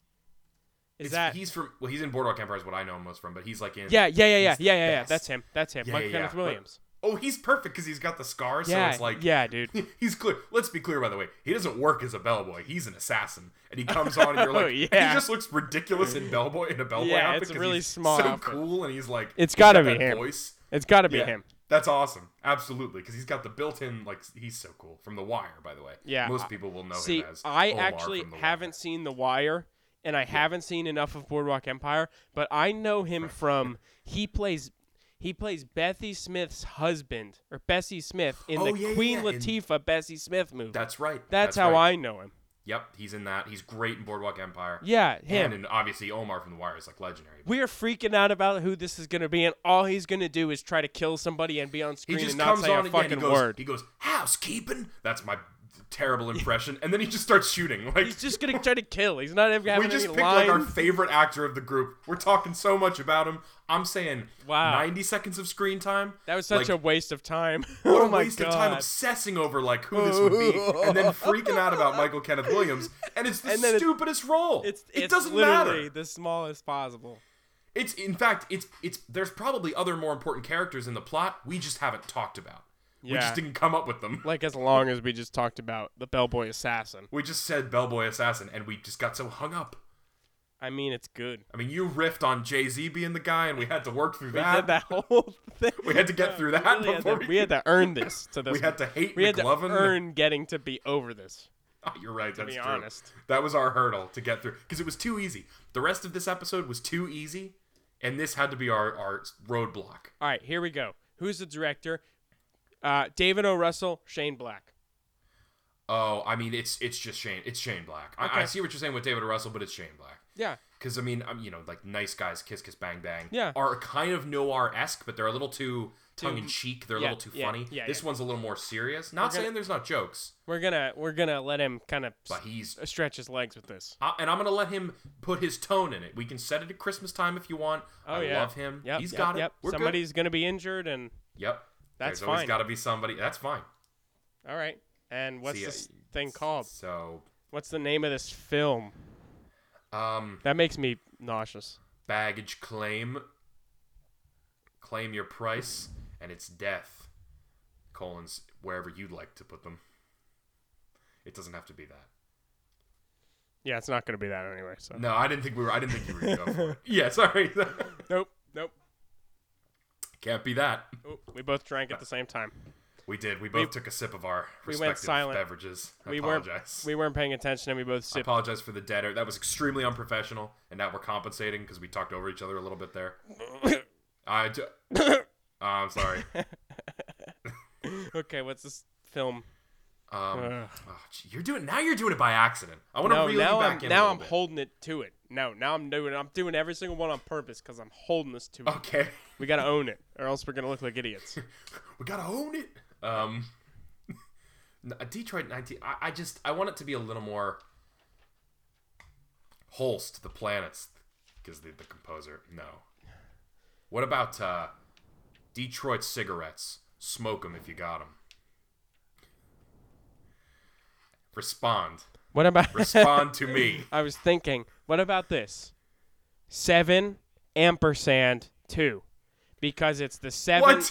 B: Is
A: It's-
B: that?
A: he's from? Well, he's in Boardwalk Empire is what I know him most from, but he's like in.
B: Yeah, yeah, yeah, yeah,
A: he's the
B: yeah, yeah, yeah.
A: best.
B: That's him. That's him.
A: Yeah,
B: Mike
A: yeah,
B: Kenneth
A: yeah.
B: Williams.
A: Oh, he's perfect because he's got the scars.
B: yeah,
A: so it's like
B: yeah, dude.
A: He's clear. Let's be clear, by the way. He doesn't work as a bellboy. He's an assassin, and he comes on, and you're like,
B: Oh, yeah.
A: he just looks ridiculous in bellboy in a bellboy
B: Yeah,
A: outfit.
B: it's a
A: 'cause
B: really
A: he's
B: small
A: So
B: outfit.
A: cool, and he's like,
B: It's
A: he's
B: gotta
A: got
B: be
A: that
B: him.
A: Voice.
B: It's got to be
A: Yeah,
B: him.
A: That's awesome. Absolutely, because he's got the built-in like he's so cool from The Wire, by the way.
B: Yeah,
A: most
B: I-
A: people will know
B: See,
A: him as.
B: I
A: Oh, Omar
B: actually
A: from The Wire.
B: haven't seen The Wire, and I haven't seen enough of Boardwalk Empire, but I know him from he plays he plays Bethy Smith's husband or Bessie Smith in
A: Oh,
B: the
A: yeah, yeah,
B: Queen
A: yeah, in-
B: Latifah Bessie Smith movie.
A: That's right.
B: That's, how
A: right.
B: I know him.
A: Yep, he's in that. He's great in Boardwalk Empire.
B: Yeah, him.
A: and, and obviously Omar from The Wire is like legendary.
B: we are freaking out about who this is going to be, and all he's going to do is try to kill somebody and be on
A: He
B: screen
A: just
B: and not
A: comes
B: say
A: on
B: a
A: again.
B: fucking
A: He goes,
B: word.
A: he goes housekeeping. That's my terrible impression, and then he just starts shooting. Like
B: He's just going to try to kill. He's not ever having
A: we just
B: any
A: picked
B: lines.
A: like our favorite actor of the group. We're talking so much about him. I'm saying
B: Wow.
A: 90 seconds of screen time.
B: that was such
A: like,
B: a waste of time.
A: What
B: oh
A: a
B: my
A: waste
B: god.
A: of time obsessing over like who this would be, and then freaking out about Michael Kenneth Williams, and it's the
B: And then it-
A: stupidest role.
B: It's,
A: it
B: it's
A: doesn't
B: literally
A: matter.
B: the smallest possible.
A: It's in fact, it's it's there's probably other more important characters in the plot we just haven't talked about. We
B: Yeah.
A: just didn't come up with them.
B: Like as long as we just talked about the bellboy assassin.
A: We just said Bellboy Assassin and we just got so hung up.
B: I mean, it's good.
A: I mean, you riffed on Jay-Z being the guy and we had to work through
B: We
A: that.
B: did that whole thing.
A: Ah. We had to get through that
B: really had to-
A: before we-
B: we had to earn this to this.
A: We had to hate
B: we had to
A: McLovin.
B: earn getting to be over this.
A: Oh, you're right. That's
B: be
A: true.
B: honest.
A: That was our hurdle to get through because it was too easy. The rest of this episode was too easy, and this had to be our our roadblock.
B: All right, here we go. Who's the director? Uh, David O. Russell, Shane Black.
A: Oh, I mean, it's it's just Shane. It's Shane Black. I, I
B: Okay.
A: see what you're saying with David Russell, but it's Shane Black.
B: Yeah,
A: Because I mean, I'm you know like nice guys, kiss kiss bang bang.
B: Yeah.
A: Are kind of noir esque, but they're a little too tongue in cheek. They're
B: yeah,
A: a little too
B: yeah,
A: funny.
B: yeah,
A: this
B: yeah.
A: one's a little more serious. Not
B: gonna-
A: saying there's not jokes,
B: we're gonna we're gonna let him kind of
A: but he's
B: stretch his legs with this.
A: I, and I'm gonna let him put his tone in it. We can set it at Christmas time if you want.
B: Oh
A: I
B: yeah,
A: love him.
B: Yep,
A: he's
B: yep,
A: got it.
B: Yep.
A: We're good.
B: Somebody's gonna be injured, and
A: Yep.
B: That's
A: There's always
B: fine.
A: got to be somebody. That's fine.
B: all right. And what's
A: See,
B: this
A: I-
B: thing called?
A: So,
B: What's the name of this film?
A: um,
B: That makes me nauseous.
A: baggage claim. Claim your price, and it's death. Colons, wherever you'd like to put them. It doesn't have to be that.
B: Yeah, it's not gonna be that anyway. So
A: No, I didn't think we were. I didn't think you were going to go for it. Yeah, sorry.
B: nope, nope.
A: Can't be that.
B: Oh, we both drank at the same time.
A: We did. We both
B: We-
A: took a sip of our
B: we
A: respective
B: went silent.
A: beverages. I
B: we weren't
A: apologize.
B: we weren't paying attention, and we both
A: I
B: sipped.
A: apologize for the dead air. That was extremely unprofessional, and now we're compensating because we talked over each other a little bit there. I ju- I'm sorry.
B: okay, what's this film?
A: Um,
B: Ugh.
A: oh, gee, you're doing now. You're doing it by accident. I want to
B: No,
A: reel
B: now
A: you
B: I'm
A: back in. a
B: now
A: little
B: I'm
A: bit.
B: holding it to it. No, now I'm doing I'm doing every single one on purpose because I'm holding this to it.
A: Okay,
B: We gotta own it, or else we're gonna look like idiots.
A: we gotta own it. Um, n- Detroit 19. I, I just I want it to be a little more Holst the planets because the the composer. No. What about uh, Detroit cigarettes? Smoke them if you got them. Respond.
B: What about?
A: Respond to me.
B: I was thinking, what about this? Seven ampersand two, because it's the seven.
A: What?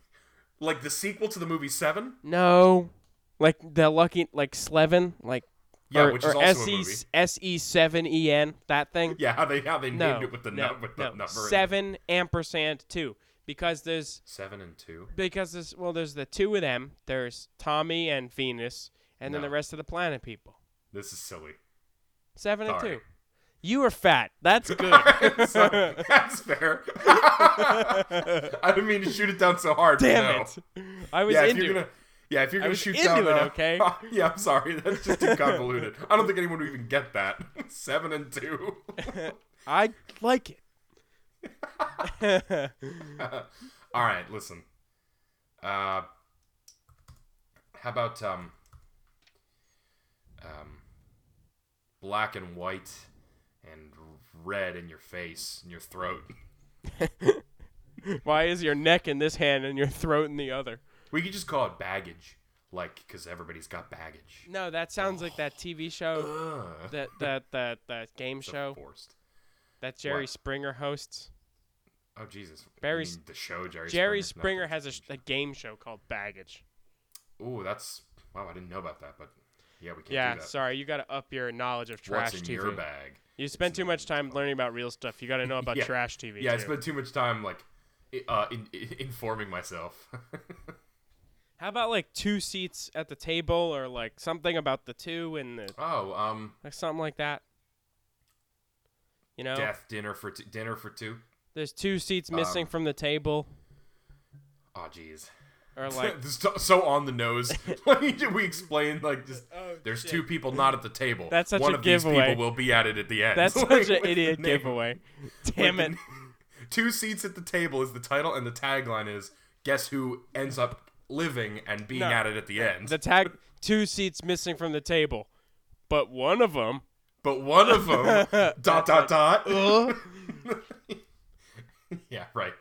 A: like the sequel to the movie Seven?
B: No, like the lucky like Slevin, like
A: Yeah,
B: or,
A: which is
B: or
A: also
B: SE
A: a movie.
B: SE seven E N that thing.
A: Yeah, how they how they
B: No,
A: named it with the
B: no,
A: nu- with the
B: no.
A: number in it.
B: seven ampersand two because there's
A: Seven and two.
B: Because there's well, there's the two of them. There's Tommy and Venus, and then
A: No.
B: the rest of the planet people.
A: This is silly.
B: Seven and
A: Sorry.
B: two. You are fat. That's good.
A: So, that's fair. I didn't mean to shoot it down so hard. but
B: Damn
A: no.
B: it. I was
A: Yeah, if
B: into
A: you're
B: it.
A: gonna. Yeah, if you're gonna
B: was
A: shoot
B: into
A: down,
B: it,
A: uh,
B: okay?
A: yeah, I'm sorry. That's just too convoluted. I don't think anyone would even get that. Seven and two.
B: I like it.
A: All right, listen. Uh, how about um, um, black and white and red in your face and your throat?
B: Why is your neck in this hand and your throat in the other?
A: We could just call it baggage, like because everybody's got baggage.
B: No, that sounds like that TV show,
A: Ugh,
B: that that that that game
A: so
B: show
A: forced.
B: that Jerry
A: What?
B: Springer hosts.
A: Oh Jesus!
B: Barry
A: You mean the show Jerry.
B: Jerry
A: Springer,
B: Springer has a, sh- a game show called Baggage.
A: No. Ooh, that's wow! I didn't know about that, but yeah, we can't
B: yeah,
A: do that.
B: sorry, you got to up your knowledge of trash
A: What's in
B: TV.
A: your bag?
B: You spend too much time learning about real stuff. You got to know about
A: Yeah.
B: trash TV.
A: Yeah, I
B: too.
A: spent too much time like i- uh, in, i informing myself.
B: How about like two seats at the table, or like something about the two and the
A: oh, um,
B: like something like that. You know,
A: death dinner for t- dinner for two.
B: there's two seats missing
A: Um,
B: from the table,
A: Oh, jeez.
B: or like
A: This is so- so on the nose. we explain like just
B: Oh,
A: there's
B: shit.
A: two people not at the table.
B: That's such
A: One
B: a
A: of these
B: giveaway.
A: people will be at it at the end.
B: that's
A: Like,
B: such an
A: with
B: idiot
A: the name.
B: giveaway.
A: Like,
B: Damn
A: the
B: it!
A: n- two seats at the table is the title, and the tagline is "Guess who ends up living and being
B: No.
A: at it at the end."
B: The tag two seats missing from the table, but one of them.
A: But one of them, dot dot dot. yeah, right.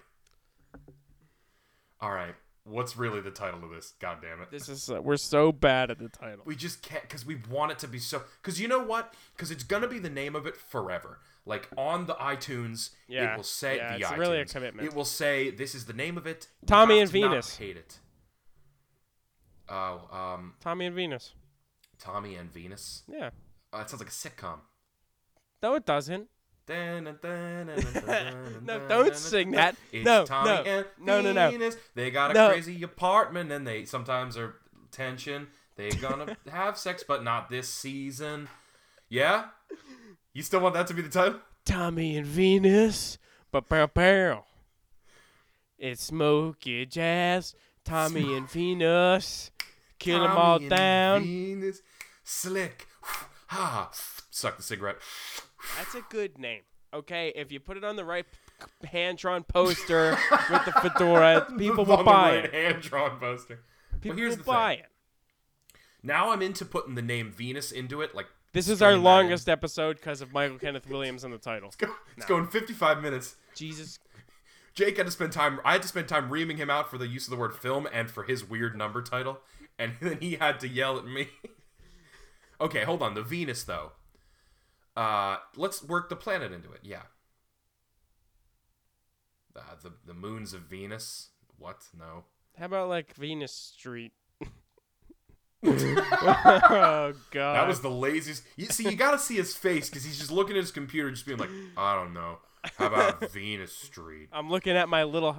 A: All right. What's really the title of this? God damn it.
B: This is uh, we're so bad at the title.
A: We just can't because we want it to be so. Because you know what? Because it's gonna be the name of it forever. Like on the iTunes,
B: Yeah.
A: it will say
B: Yeah,
A: the
B: it's
A: iTunes.
B: really a commitment.
A: It will say this is the name of it. You
B: Tommy
A: have
B: and
A: to not
B: Venus.
A: hate it. Oh, um,
B: Tommy and Venus.
A: Tommy and Venus.
B: Yeah.
A: Uh, it sounds like a sitcom.
B: No, it doesn't.
A: no,
B: don't sing that.
A: It's
B: No,
A: Tommy
B: no,
A: and
B: no, no, no.
A: Venus. They got a
B: No.
A: crazy apartment, and they sometimes are tension. They're gonna have sex, but not this season. Yeah, you still want that to be the title?
B: Tommy and Venus. But pow pow. It's smoky jazz. Tommy and Venus. Kill them all
A: Tommy and
B: down.
A: Venus, slick. Ah, suck the cigarette.
B: That's a good name. Okay, if you put it on the right p- hand-drawn poster with the fedora, people will buy it.
A: Hand drawn poster.
B: People
A: but here's the
B: will buy
A: thing.
B: it.
A: Now I'm into putting the name Venus into it. Like
B: This is our
A: stringing that in.
B: longest episode because of Michael Kenneth Williams in the title.
A: It's go- It's going 55 minutes.
B: Jesus,
A: Jake had to spend time. I had to spend time reaming him out for the use of the word film and for his weird number title, and then he had to yell at me. okay, hold on. The Venus though. Uh, let's work the planet into it. Yeah. Uh, the the moons of Venus. What? No.
B: how about like Venus Street? oh God,
A: That was the laziest. You see, you gotta see his face because he's just looking at his computer, just being like, I don't know. How about Venus Street?
B: I'm looking at my little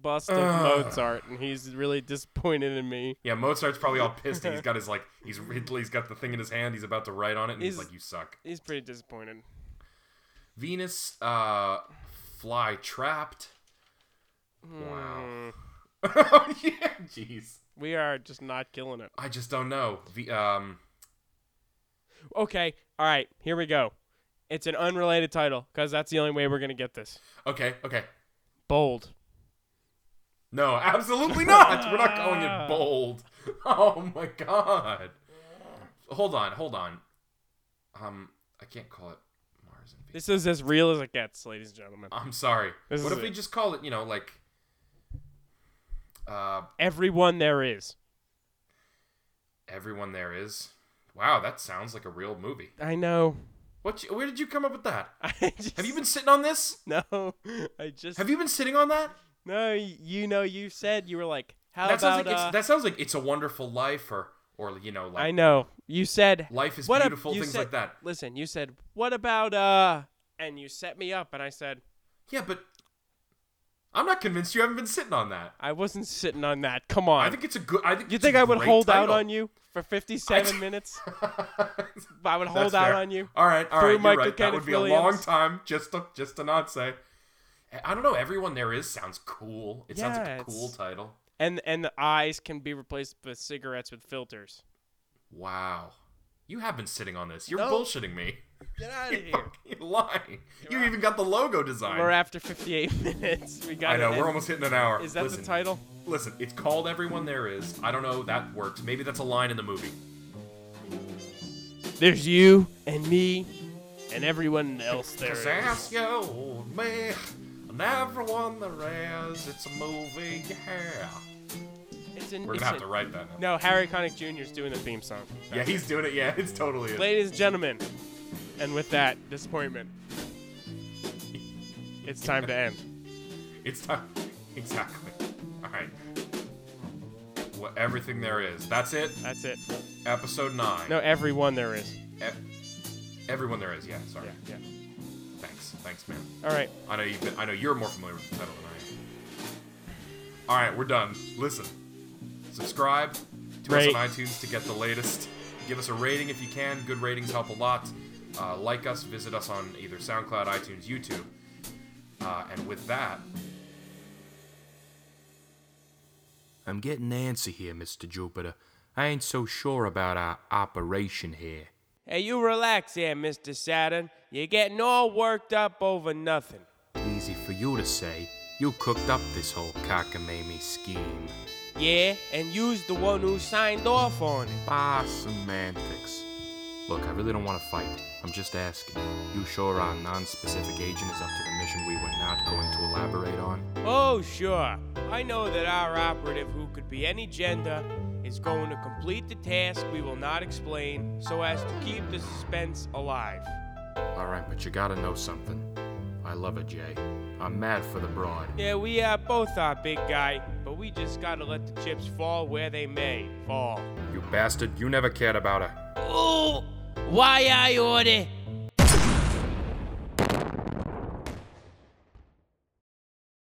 B: bust of
A: Ugh.
B: Mozart, and he's really disappointed in me.
A: Yeah, Mozart's probably all pissed. and He's got his like, he's he's got the thing in his hand. He's about to write on it, and he's
B: Is-
A: like, "You suck."
B: He's pretty disappointed.
A: Venus uh fly trapped. Wow. yeah, jeez.
B: Hmm. We are just not killing it.
A: I just don't know. V- um
B: Okay, all right, here we go. It's an unrelated title because that's the only way we're gonna get this.
A: okay, okay.
B: Bold.
A: No, absolutely not. We're not calling it bold. Oh my god. Hold on, hold on. Um I can't call it Mars and Venus.
B: This is as real as it gets, ladies and gentlemen.
A: I'm sorry.
B: This
A: what
B: is
A: if we
B: it.
A: just call it, you know, like uh
B: Everyone there is.
A: everyone there is. Wow, that sounds like a real movie.
B: I know.
A: What you, where did you come up with that?
B: I just,
A: Have you been sitting on this?
B: No, I just.
A: Have you been sitting on that?
B: No, you know, you said you were like, how
A: that sounds
B: about?
A: like
B: uh,
A: it's, that sounds like it's a wonderful life, or or you know,
B: I
A: like
B: know. You said
A: life is
B: what ab-
A: beautiful,
B: you
A: things
B: said-
A: like that.
B: Listen, you said what about uh? And you set me up, and I said
A: Yeah, but I'm not convinced you haven't been sitting on that.
B: I wasn't sitting on that. Come on.
A: I think it's a good. I think
B: you
A: it's a
B: think I would
A: great
B: hold
A: title.
B: out on you for 57
A: I-
B: minutes?
A: That's
B: I would hold out
A: fair.
B: on you.
A: All right, all
B: Through
A: right, you're
B: Michael
A: right. That
B: Kenneth
A: would be a long
B: Williams.
A: time just to just to not say. I- I don't know. Everyone there is sounds cool. It sounds like
B: Yeah,
A: a cool
B: it's-
A: title.
B: And and the eyes can be replaced with cigarettes with filters.
A: Wow, you have been sitting on this. You're
B: No.
A: bullshitting me.
B: Get out of here.
A: You're lying. you even got the logo design.
B: We're after 58 minutes. We got.
A: I know. We're almost hitting an hour.
B: Is that
A: Listen,
B: the title?
A: Listen, it's called Everyone There Is. I don't know. That works. Maybe that's a line in the movie.
B: There's you and me and everyone else there.
A: Just
B: is.
A: ask your old man and everyone there is. It's a movie. Yeah.
B: It's an,
A: We're
B: it's
A: gonna have
B: a-
A: to write that. now.
B: No, Harry Connick Jr. is doing the theme song.
A: Yeah, he's doing it. Yeah, it's totally it.
B: Ladies and gentlemen, and with that disappointment, it's time to end.
A: It's time. Exactly. All right. What everything there is. That's it.
B: That's it.
A: Episode nine.
B: No, everyone there is.
A: E- everyone there is. Yeah. Sorry.
B: Yeah, yeah.
A: Thanks. Thanks, man.
B: All right.
A: I know you've been, I know you're more familiar with the title than I am. All right, we're done. Listen, subscribe to us
B: Rate.
A: on iTunes to get the latest. Give us a rating if you can. Good ratings help a lot. Uh, like us, visit us on either SoundCloud, iTunes, YouTube. Uh, and with that, I'm getting antsy here, Mr. Jupiter. I ain't so sure about our operation here.
B: Hey, you relax here, Mr. Saturn. You're getting all worked up over nothing.
A: Easy for you to say. You cooked up this whole cockamamie scheme.
B: Yeah, and you's the one who signed off on it.
A: Ah, semantics. Look, I really don't want to fight. I'm just asking. You sure our non specific agent is up to the mission we were not going to elaborate on?
B: Oh, sure. I know that our operative, who could be any gender, is going to complete the task we will not explain so as to keep the suspense alive.
A: Alright, but you gotta know something. I love her, Jay. I'm mad for the broad.
B: Yeah, we uh, both are big guy, but we just gotta let the chips fall where they may fall.
A: You bastard, you never cared about her.
D: Ooh, why I order